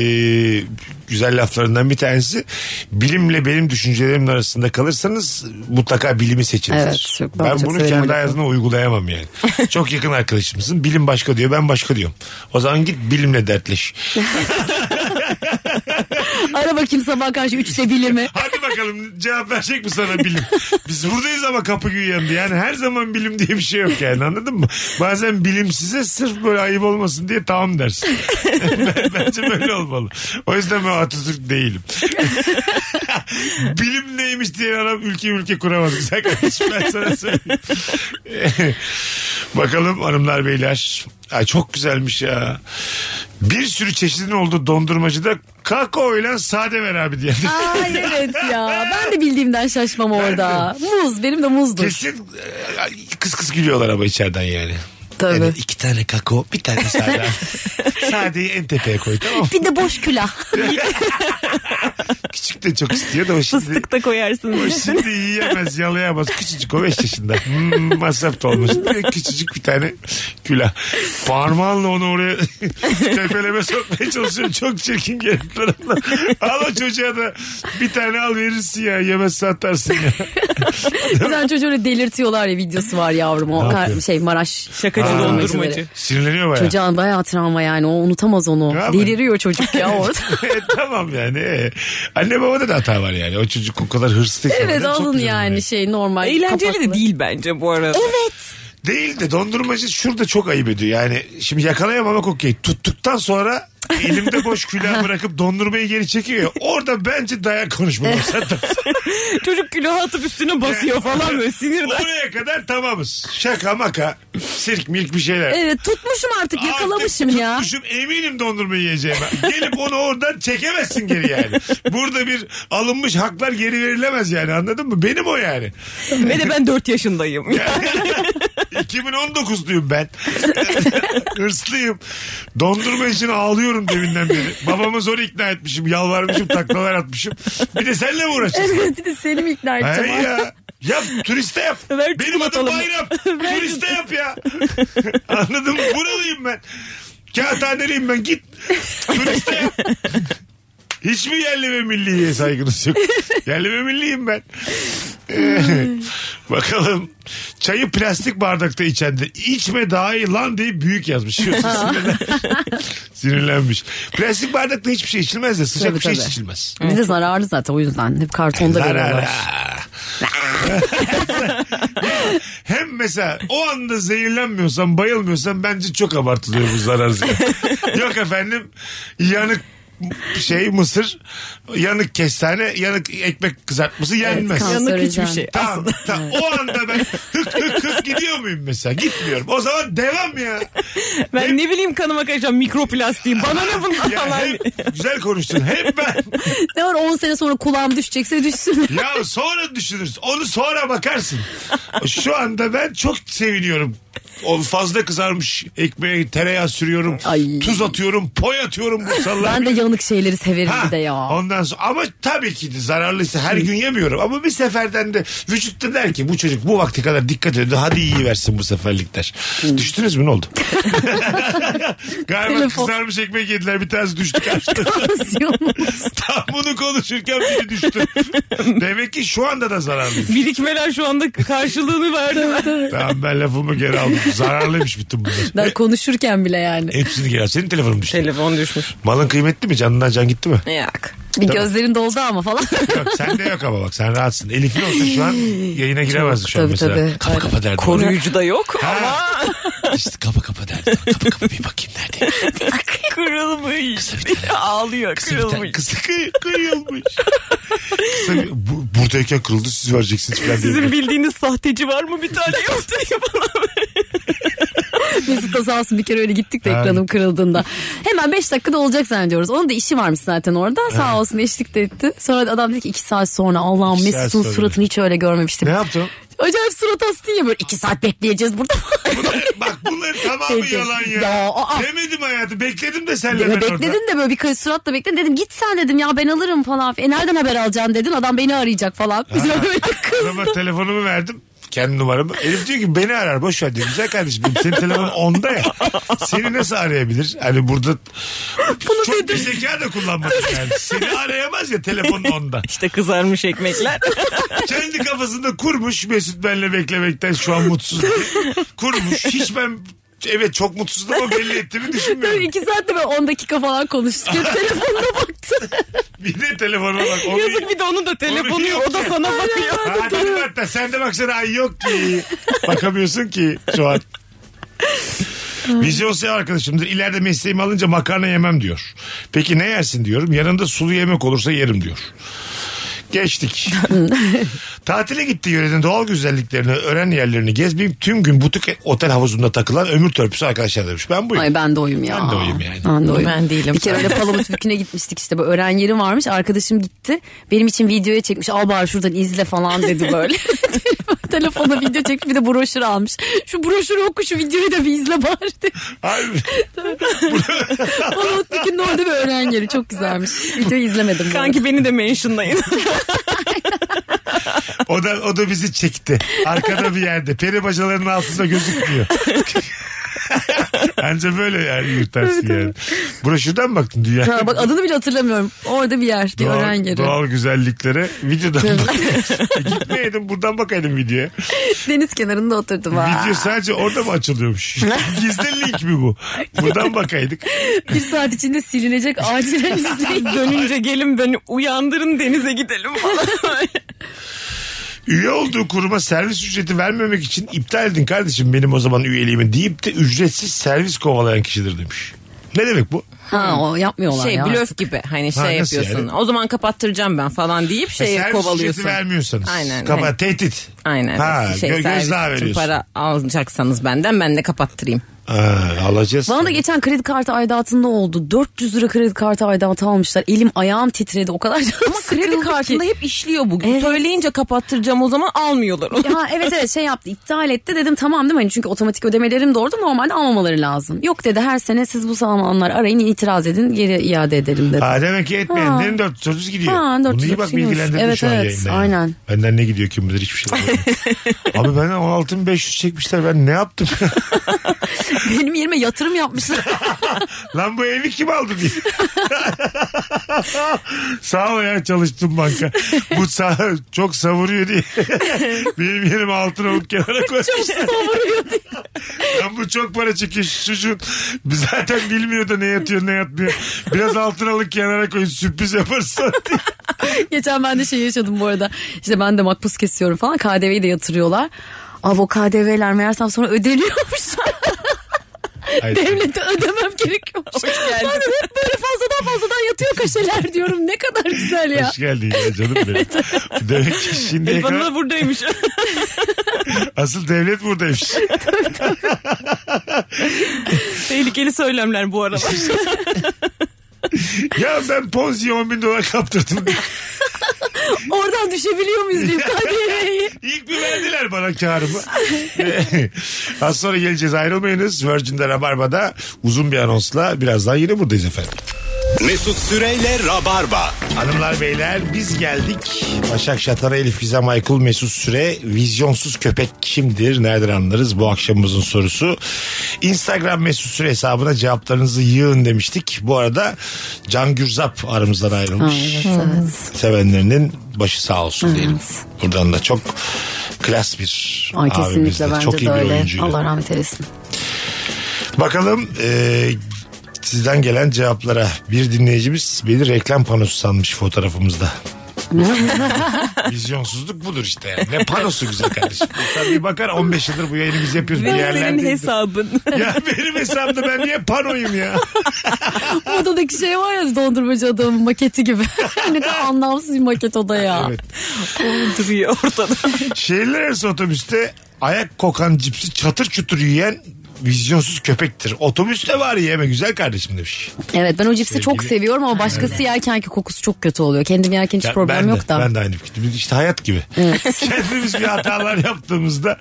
Speaker 3: güzel laflarından bir tanesi bilimle benim düşüncelerimin arasında kalırsanız mutlaka bilimi seçiniz.
Speaker 4: Evet, çok
Speaker 3: ben
Speaker 4: çok
Speaker 3: bunu
Speaker 4: severim o
Speaker 3: kendi
Speaker 4: lafı.
Speaker 3: hayatıma uygulayamam yani. çok yakın arkadaşımsın. Bilim başka diyor ben başka diyorum. O zaman git bilimle dertleş.
Speaker 4: Ara bakayım sabah karşı üçte bilimi.
Speaker 3: Hadi bakalım cevap verecek mi sana bilim? Biz buradayız ama kapı güyendi. Yani her zaman bilim diye bir şey yok yani anladın mı? Bazen bilim size sırf böyle ayıp olmasın diye tamam dersin. Ben- Bence böyle olmalı. O yüzden ben Atatürk değilim. bilim neymiş diye adam ülke ülke kuramaz. Güzel kardeşim ben sana söyleyeyim. Bakalım hanımlar beyler. Ay çok güzelmiş ya. Bir sürü çeşidin olduğu dondurmacıda kakao ile sade ver abi diye.
Speaker 4: Ay evet ya. Ben de bildiğimden şaşmam orada. Muz. Benim de muzdur.
Speaker 3: Kesin e, kıs kıs gülüyorlar ama içeriden yani.
Speaker 4: Tabii.
Speaker 3: Yani iki tane kakao bir tane sade. Sadeyi en tepeye koy tamam mı?
Speaker 4: Bir de boş külah.
Speaker 3: Küçük de çok istiyor da o şimdi,
Speaker 5: Fıstık da
Speaker 3: o
Speaker 5: koyarsınız.
Speaker 3: şimdi yiyemez yalayamaz. Küçücük o beş yaşında. Hmm, masraf da olmuş. Bir de Küçücük bir tane külah. Parmağınla onu oraya tepeleme sokmaya çalışıyorum. Çok çirkin görüntüler ama. Al o çocuğa da bir tane al verirsin ya. Yemezse atarsın ya.
Speaker 4: Güzel çocuğu öyle delirtiyorlar ya videosu var yavrum. O
Speaker 3: Ne
Speaker 4: kar-
Speaker 3: yapıyor?
Speaker 4: şey Maraş.
Speaker 5: Şakacı
Speaker 4: Aa.
Speaker 5: dondurmacı.
Speaker 3: Sinirleniyor bayağı.
Speaker 4: Çocuğun bayağı travma yani. O unutamaz onu.
Speaker 3: Ya ben-
Speaker 4: Deliriyor çocuk ya orada.
Speaker 3: E, tamam yani. e. Anne babada da hata var yani. O çocuk o kadar hırslı.
Speaker 4: evet alın yani şey normal.
Speaker 5: Eğlenceli
Speaker 4: kapaklı.
Speaker 5: de değil bence bu arada.
Speaker 3: Değil de dondurmacı şurada çok ayıp ediyor. Yani şimdi yakalayamamak okey. Tuttuktan sonra elimde boş külah bırakıp dondurmayı geri çekiyor. ya. Orada bence dayak konuşmamız zaten.
Speaker 5: Çocuk külahı atıp üstüne basıyor falan böyle sinirden.
Speaker 3: Oraya kadar tamamız. Şaka maka. Sirk milk bir şeyler.
Speaker 4: Evet tutmuşum artık yakalamışım
Speaker 3: Artık
Speaker 4: ya.
Speaker 3: tutmuşum, eminim dondurma yiyeceğime. Gelip onu oradan çekemezsin geri yani. Burada bir alınmış haklar geri verilemez yani anladın mı? Benim o yani.
Speaker 5: Ve de ben 4 yaşındayım.
Speaker 3: 2019'luyum ben. Hırslıyım. Dondurma için ağlıyorum deminden beri. Babamı zor ikna etmişim. Yalvarmışım, taklalar atmışım. Bir de seninle mi uğraşacağız?
Speaker 4: Evet bir de seni mi ikna
Speaker 3: Hayır
Speaker 4: edeceğim?
Speaker 3: ya. Yap turiste yap.
Speaker 5: Ver çikolata
Speaker 3: Benim adım
Speaker 5: alalım.
Speaker 3: bayram. turiste yap ya. Anladın mı? Buralıyım ben. Kağıthaneliyim ben. Git. Turiste yap. Hiçbir yerli ve milliye saygınız yok. yerli ve milliyim ben. Ee, Bakalım. Çayı plastik bardakta içen de içme daha iyi lan diye büyük yazmış. Sinirlen- Sinirlenmiş. Plastik bardakta hiçbir şey içilmez de sıcak
Speaker 4: Tabii,
Speaker 3: bir şey hiç
Speaker 4: tabii.
Speaker 3: içilmez.
Speaker 4: Bir de zararlı zaten o yüzden. Hep kartonda
Speaker 3: Zarara.
Speaker 4: veriyorlar.
Speaker 3: Hem mesela o anda zehirlenmiyorsan bayılmıyorsan bence çok abartılıyor bu zarar. Yok efendim yanık şey mısır, yanık kestane, yanık ekmek kızartması yenmez.
Speaker 5: Yanık hiçbir şey.
Speaker 3: Tamam, tamam. O anda ben hık hık hık gidiyor muyum mesela? Gitmiyorum. O zaman devam ya.
Speaker 5: Ben ne bileyim kanıma karışan mikroplastiği. Bana ne bunlar
Speaker 3: Ya
Speaker 5: falan.
Speaker 3: hep güzel konuştun. Hep ben.
Speaker 4: ne var 10 sene sonra kulağım düşecekse düşsün.
Speaker 3: Ya sonra düşünürsün. Onu sonra bakarsın. Şu anda ben çok seviniyorum. O fazla kızarmış ekmeğe tereyağı sürüyorum. Tuz atıyorum, poy atıyorum bu sallar.
Speaker 4: ben de yanık şeyleri severim bir de ya.
Speaker 3: Ondan sonra ama tabii ki de zararlıysa her gün yemiyorum. Ama bir seferden de vücut da der ki bu çocuk bu vakte kadar dikkat ediyordu. Hadi iyi versin bu seferlik der. Düştünüz mü ne oldu? Galiba
Speaker 4: Telefon.
Speaker 3: kızarmış ekmek yediler bir tanesi düştü kaçtı. Tam bunu konuşurken biri düştü. Demek ki şu anda da zararlı.
Speaker 5: Birikmeler şu anda karşılığını verdi.
Speaker 3: Tamam ben lafımı geri aldım. Zararlıymış bütün bunlar.
Speaker 4: Daha konuşurken bile yani.
Speaker 3: Hepsini geri al. Senin telefonun düştü.
Speaker 5: Telefon düşmüş.
Speaker 3: Malın kıymetli mi? Canından can gitti mi?
Speaker 5: Yok.
Speaker 4: Bir gözlerin doldu ama falan.
Speaker 3: Yok sende yok ama bak sen rahatsın. Elif'in olsa şu an yayına giremezdi şu an
Speaker 4: Tabii,
Speaker 3: mesela.
Speaker 4: tabii.
Speaker 3: Kapa kapa derdi.
Speaker 5: Koruyucu da yok ama
Speaker 3: Ha. işte kapa kapa derdi. Kapa kapa bir bakayım derdi.
Speaker 5: kırılmış. Ağlıyor
Speaker 3: Kısa bir tane.
Speaker 5: kırılmış.
Speaker 3: Kısa kı- kırılmış. Kısa bir, bu, buradayken kırıldı siz vereceksiniz falan diye.
Speaker 5: Sizin bildiğiniz sahteci var mı bir tane yok diye falan.
Speaker 4: Mesut da sağ olsun bir kere öyle gittik de ekranım kırıldığında. Hemen 5 dakikada olacak zannediyoruz. Onun da işi varmış zaten orada. Sağ olsun eşlik de etti. Sonra adam dedi ki 2 saat sonra Allah'ım
Speaker 3: İki saat
Speaker 4: Mesut'un
Speaker 3: sonra."
Speaker 4: suratını hiç öyle görmemiştim.
Speaker 3: ne yaptın?
Speaker 4: Acayip surat astın ya böyle 2 saat bekleyeceğiz burada.
Speaker 3: Bak bunların tamamı
Speaker 4: Dedi.
Speaker 3: yalan ya.
Speaker 4: Ya, ah. aa.
Speaker 3: Demedim hayatım. Bekledim de senle ben
Speaker 4: Be-
Speaker 3: orada.
Speaker 4: bekledin de böyle bir kız suratla bekledin. Dedim git sen dedim ya ben alırım falan. E nereden haber alacaksın dedin. Adam beni arayacak falan. Biz böyle kız.
Speaker 3: Adama telefonumu verdim. Kendi numaramı. Elif diyor ki beni arar boş ver diyor. Güzel kardeşim benim senin telefonun onda ya. Seni nasıl arayabilir? Hani burada çok bir zeka da kullanmadık yani. Seni arayamaz ya telefonun onda.
Speaker 5: İşte kızarmış ekmekler.
Speaker 3: Kendi kafasında kurmuş Mesut benle beklemekten şu an mutsuz. diye. kurmuş. Hiç ben evet çok mutsuzdum ama belli ettiğimi
Speaker 4: Tabii
Speaker 3: düşünmüyorum.
Speaker 4: iki saatte böyle 10 dakika falan konuştuk. Hep telefonuna baktı.
Speaker 3: Bir de telefonuma bak. Onu-
Speaker 5: Yazık bir de onun da telefonu yok. O da sana bakıyor.
Speaker 3: Ha, dedim hatta sen de baksana ay yok ki. Bakamıyorsun ki şu an. Vizyonsuz arkadaşımdır. İleride mesleğimi alınca makarna yemem diyor. Peki ne yersin diyorum. Yanında sulu yemek olursa yerim diyor. Geçtik. Tatile gitti yörenin doğal güzelliklerini, öğren yerlerini gezmeyip tüm gün butik otel havuzunda takılan ömür törpüsü arkadaşlar demiş. Ben buyum.
Speaker 4: Ay ben de oyum ya.
Speaker 3: Ben de oyum yani.
Speaker 4: Ben de oyum.
Speaker 5: Ben değilim.
Speaker 4: Bir kere öyle Palamut Bükü'ne gitmiştik işte böyle öğren yerim varmış. Arkadaşım gitti. Benim için videoya çekmiş. Al bari şuradan izle falan dedi böyle. Telefona video çekmiş bir de broşür almış. Şu broşürü oku şu videoyu da bir izle bari dedi.
Speaker 3: Harbi.
Speaker 4: Palamut Bükü'nün orada bir öğren yeri. Çok güzelmiş. Videoyu izlemedim. bu arada.
Speaker 5: Kanki beni de mentionlayın.
Speaker 3: O da, o da bizi çekti. Arkada bir yerde. Peri bacalarının altında gözükmüyor. Anca böyle yani yırtarsın yani. Broşürden mi baktın dünya?
Speaker 4: Ha, bak adını bile hatırlamıyorum. Orada bir yer. Bir öğren
Speaker 3: Doğal,
Speaker 4: yeri.
Speaker 3: doğal güzelliklere videodan bakıyorsun. E, Gitmeyeydim buradan bakaydım videoya.
Speaker 4: Deniz kenarında oturdum. Aa,
Speaker 3: Video sadece orada mı açılıyormuş? Gizli link mi bu? Buradan bakaydık.
Speaker 4: bir saat içinde silinecek acilen izleyin.
Speaker 5: Dönünce gelin beni uyandırın denize gidelim falan.
Speaker 3: Üye olduğu kuruma servis ücreti vermemek için iptal edin kardeşim benim o zaman üyeliğimi deyip de ücretsiz servis kovalayan kişidir demiş. Ne demek bu?
Speaker 4: Ha o yapmıyorlar
Speaker 5: şey
Speaker 4: ya.
Speaker 5: blöf gibi hani şey
Speaker 3: Ha, nasıl
Speaker 5: yapıyorsun.
Speaker 3: yani?
Speaker 5: O zaman kapattıracağım ben falan deyip şeyi
Speaker 3: servis
Speaker 5: kovalıyorsun.
Speaker 3: ücreti vermiyorsanız.
Speaker 5: Aynen.
Speaker 3: Kapa
Speaker 5: Hani-
Speaker 3: tehdit.
Speaker 5: Aynen.
Speaker 3: Ha,
Speaker 5: şey,
Speaker 3: gö-
Speaker 5: servis
Speaker 3: gözdağı
Speaker 5: için
Speaker 3: veriyorsun.
Speaker 5: para alacaksanız benden ben de kapattırayım.
Speaker 3: Ha, alacağız.
Speaker 4: Bana da geçen kredi kartı aidatında oldu. 400 lira kredi kartı aidatı almışlar. Elim ayağım titredi o kadar canım
Speaker 5: Ama kredi
Speaker 4: sıkıldı
Speaker 5: kartında
Speaker 4: ki.
Speaker 5: hep işliyor bugün.
Speaker 4: Evet.
Speaker 5: Söyleyince kapattıracağım o zaman almıyorlar onu.
Speaker 4: Ha, evet evet şey yaptı iptal etti dedim tamam değil mi? Hani çünkü otomatik ödemelerim de orada normalde almamaları lazım. Yok dedi her sene siz bu zamanlar arayın itiraz edin geri iade edelim dedi.
Speaker 3: Ha, demek ki etmeyenlerin 430 gidiyor.
Speaker 4: Ha,
Speaker 3: Bunu iyi
Speaker 4: 430
Speaker 3: bak
Speaker 4: gidiyormuş.
Speaker 3: bilgilendirdin
Speaker 4: Evet,
Speaker 3: şu an
Speaker 4: evet,
Speaker 3: yayında. yani.
Speaker 4: aynen.
Speaker 3: Benden ne gidiyor kim bilir hiçbir şey yok. Abi benden 16500 çekmişler ben ne yaptım?
Speaker 4: Benim yerime yatırım yapmışlar.
Speaker 3: Lan bu evi kim aldı diye. Sağ ol ya çalıştım banka. Bu sağ, çok savuruyor diye. Benim yerime altın alıp kenara koymuş. Çok savuruyor diye. Lan bu çok para çekiyor şu çocuğun. Zaten bilmiyor da ne yatıyor ne yatmıyor. Biraz altın alıp kenara koyun sürpriz yaparsan diye.
Speaker 4: Geçen ben de şey yaşadım bu arada. İşte ben de makbuz kesiyorum falan. KDV'yi de yatırıyorlar. Abi o KDV'ler meğersem sonra ödeniyormuş.
Speaker 3: Ay,
Speaker 4: Devlete ödemem gerekiyor. Ben de hep böyle fazladan fazladan yatıyor kaşeler diyorum. Ne kadar güzel ya.
Speaker 3: Hoş geldin ya E, canım benim. Demek ki şimdiye
Speaker 5: Elvan'ın
Speaker 3: kadar
Speaker 5: da buradaymış.
Speaker 3: asıl devlet buradaymış.
Speaker 5: Tehlikeli söylemler bu arada.
Speaker 3: ya ben Ponzi'ye 10 bin dolar kaptırdım.
Speaker 4: Oradan düşebiliyor muyuz bir KDV'yi?
Speaker 3: İlk bir verdiler bana karımı. Az sonra geleceğiz ayrılmayınız. Virgin'de Rabarba'da uzun bir anonsla birazdan yine buradayız efendim.
Speaker 2: Mesut Süreyle Rabarba.
Speaker 3: Hanımlar beyler biz geldik. Başak Şatara, Elif Gizem Aykul, Mesut Süre. Vizyonsuz köpek kimdir? Nereden anlarız? Bu akşamımızın sorusu. Instagram Mesut Süre hesabına cevaplarınızı yığın demiştik. Bu arada Can Gürzap aramızdan ayrılmış. Sevenlerinin başı sağ olsun diyelim. Buradan da çok klas bir
Speaker 4: Ay kesinlikle
Speaker 3: abimizdi.
Speaker 4: bence
Speaker 3: çok iyi
Speaker 4: de
Speaker 3: bir
Speaker 4: öyle.
Speaker 3: oyuncuydu.
Speaker 4: Allah rahmet eylesin.
Speaker 3: Bakalım e, sizden gelen cevaplara. Bir dinleyicimiz beni reklam panosu sanmış fotoğrafımızda. Vizyonsuzluk budur işte. yani. Ne panosu güzel kardeşim. İnsan bir bakar 15 yıldır bu yayını biz yapıyoruz.
Speaker 5: Ve
Speaker 3: bir yerlerde.
Speaker 5: senin hesabın.
Speaker 3: Ya benim hesabımda ben niye panoyum ya?
Speaker 4: Odadaki şey var ya dondurmacı adamın maketi gibi. ne kadar anlamsız bir maket oda ya.
Speaker 3: Evet.
Speaker 5: Duruyor ortada.
Speaker 3: Şehirler arası otobüste ayak kokan cipsi çatır çutur yiyen vizyonsuz köpektir. Otobüste var yeme güzel kardeşim demiş.
Speaker 4: Evet ben o cipsi çok
Speaker 3: Sevgili-
Speaker 4: seviyorum ama başkası yerken ki kokusu çok kötü oluyor. Kendim yerken hiç
Speaker 3: Ya
Speaker 4: problem
Speaker 3: ben
Speaker 4: yok
Speaker 3: de,
Speaker 4: da.
Speaker 3: Ben de aynı fikirdim. İşte hayat gibi. Kendimiz bir hatalar yaptığımızda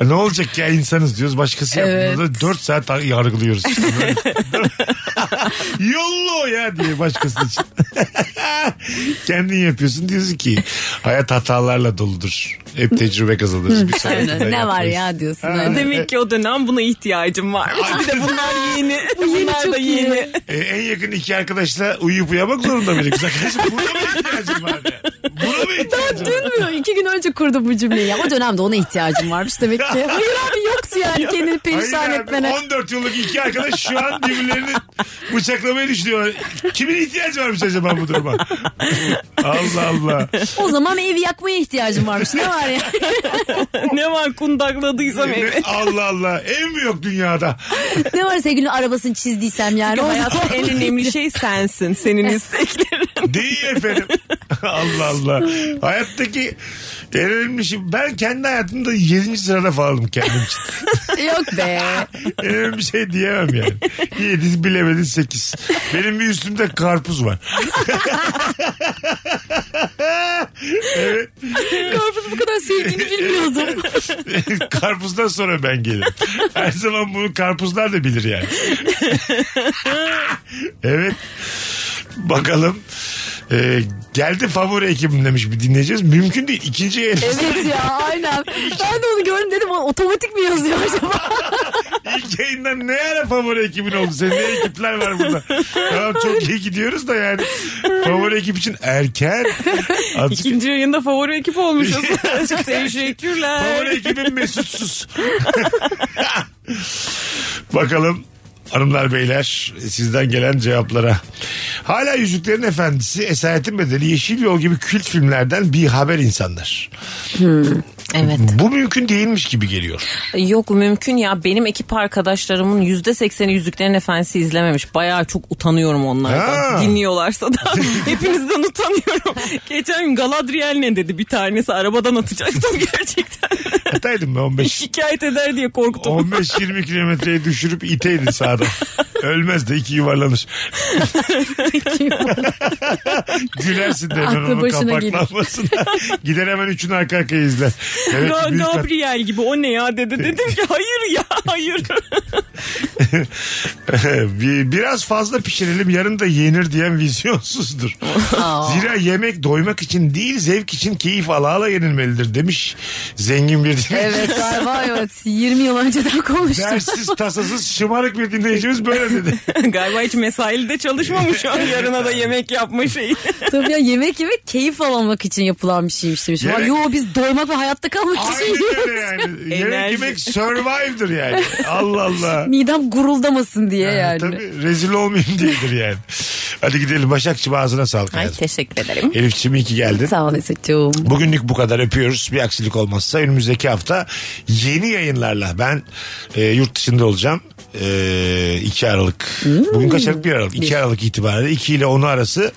Speaker 3: "E, ne olacak ya insanız diyoruz. Başkası yaptığında 4 saat yargılıyoruz. Yollu o ya diye başkası için. Kendin yapıyorsun diyorsun ki hayat hatalarla doludur. Hep tecrübe kazanırız. Bir sonrakinde
Speaker 4: Aynen. Ne var
Speaker 3: yapmayız.
Speaker 4: ya diyorsun.
Speaker 3: Ha.
Speaker 4: öyle.
Speaker 5: Demek ki o dönem buna ihtiyacım varmış. Bir de bunlar yeni. bunlar
Speaker 4: çok
Speaker 5: da
Speaker 4: iyi.
Speaker 5: yeni.
Speaker 3: E, en yakın iki arkadaşla uyuyup uyamak zorunda biri. Güzel kardeşim buna mı ihtiyacın var? ya? Buna mı ihtiyacın var?
Speaker 4: Dün mü? İki gün önce kurdum bu cümleyi. Ya. O dönemde ona ihtiyacım varmış demek ki. Hayır abi yoktu yani kendini perişan
Speaker 3: Hayır abi,
Speaker 4: etmene.
Speaker 3: 14 yıllık iki arkadaş şu an birbirlerini bıçaklamayı düşünüyorlar. Kimin ihtiyacı varmış acaba bu duruma? Allah Allah.
Speaker 4: O zaman ev yakmaya ihtiyacım varmış. Ne var ya?
Speaker 5: ne var kundakladıysam evet.
Speaker 3: Allah Allah. Ev mi yok dünyada?
Speaker 4: ne var sevgili arabasını çizdiysem yani.
Speaker 5: Çünkü
Speaker 4: O
Speaker 5: hayatta
Speaker 4: zaman-
Speaker 5: en önemli şey sensin. Senin isteklerin.
Speaker 3: Değil efendim. Allah Allah. Hayattaki en önemli şey. Ben kendi hayatımda 7. sırada falanım kendim için.
Speaker 4: Yok be.
Speaker 3: En önemli şey diyemem yani. 7 bilemedin 8. Benim bir üstümde karpuz var.
Speaker 4: Karpuz bu kadar sevdiğini bilmiyordum.
Speaker 3: Karpuzdan sonra ben gelirim. Her zaman bunu karpuzlar da bilir yani. evet. Bakalım. Ee, geldi favori ekibim demiş bir dinleyeceğiz. Mümkün değil. İkinci yayın.
Speaker 4: Evet ya aynen. Ben de onu gördüm dedim "O otomatik mi yazıyor acaba?
Speaker 3: İlk yayından ne ara favori ekibin oldu? Senin ne ekipler var burada? Tamam çok iyi gidiyoruz da yani. Favori ekip için erken. Azıcık
Speaker 5: İkinci yayında favori ekip olmuşuz. Teşekkürler.
Speaker 3: Favori ekibim mesutsuz. Bakalım hanımlar beyler sizden gelen cevaplara. Hala Yüzüklerin Efendisi, Esaretin Bedeli, Yeşil Yol gibi kült filmlerden bir haber insanlar.
Speaker 5: Evet.
Speaker 3: Bu mümkün değilmiş gibi geliyor.
Speaker 5: Yok mümkün ya. Benim ekip arkadaşlarımın yüzde sekseni Yüzüklerin Efendisi izlememiş. Bayağı çok utanıyorum onlardan.
Speaker 3: Ha.
Speaker 5: Dinliyorlarsa da hepinizden utanıyorum. Geçen gün Galadriel ne dedi bir tanesi. Arabadan atacaktım gerçekten.
Speaker 3: Hataydım ben 15.
Speaker 5: Şikayet eder diye korktum.
Speaker 3: 15-20 kilometreyi düşürüp iteydin sağda. Ölmez de iki yuvarlanır. Gülersin de hemen
Speaker 4: Aklı
Speaker 3: onun
Speaker 4: başına gelir.
Speaker 3: kapaklanmasına. Gider hemen üçünü arka arkaya izler. Evet,
Speaker 5: Ga-
Speaker 3: büyük hata.
Speaker 5: Gabriel gibi o ne ya dedi. Dedim ki hayır ya hayır.
Speaker 3: Bir- Biraz fazla pişirelim yarın da yenir diyen vizyonsuzdur. Zira yemek doymak için değil zevk için keyif ala ala yenilmelidir demiş zengin bir dinleyici.
Speaker 4: evet galiba evet. 20 yıl önceden konuştum.
Speaker 3: Dersiz tasasız şımarık bir dinleyicimiz böyle dedi.
Speaker 5: Galiba hiç mesaili de çalışmamış şu an yarına da yemek yapma şeyi.
Speaker 4: Tabii ya yemek yemek keyif almak için yapılan bir şeymiş demiş.
Speaker 3: Yemek-
Speaker 4: Yemek... Yo biz doymak ve hayatta kalmak için
Speaker 3: Aynen
Speaker 4: yiyoruz.
Speaker 3: öyle yani. yemek
Speaker 5: Enerji.
Speaker 3: yemek survive'dır yani. Allah Allah.
Speaker 4: Midem guruldamasın diye yani.
Speaker 3: Tabii rezil olmayayım diyedir yani. Hadi gidelim Başakçı ağzına sağlık.
Speaker 5: Ay
Speaker 3: hayatım.
Speaker 5: teşekkür ederim.
Speaker 3: Elifçim iyi ki geldin.
Speaker 4: Sağ ol Esat'cığım.
Speaker 3: Bugünlük bu kadar öpüyoruz. Bir aksilik olmazsa önümüzdeki hafta yeni yayınlarla ben e, yurt dışında olacağım. Ee, 2 Aralık. Bugün kaç Aralık? 1 Aralık. 2 Aralık itibariyle 2 ile 10 arası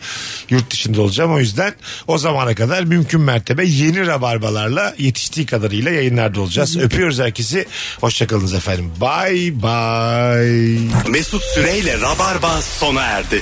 Speaker 3: yurt dışında olacağım. O yüzden o zamana kadar mümkün mertebe yeni rabarbalarla yetiştiği kadarıyla yayınlarda olacağız. Öpüyoruz herkesi. Hoşçakalınız efendim. Bye bye.
Speaker 2: Mesut Süreyle Rabarba sona erdi.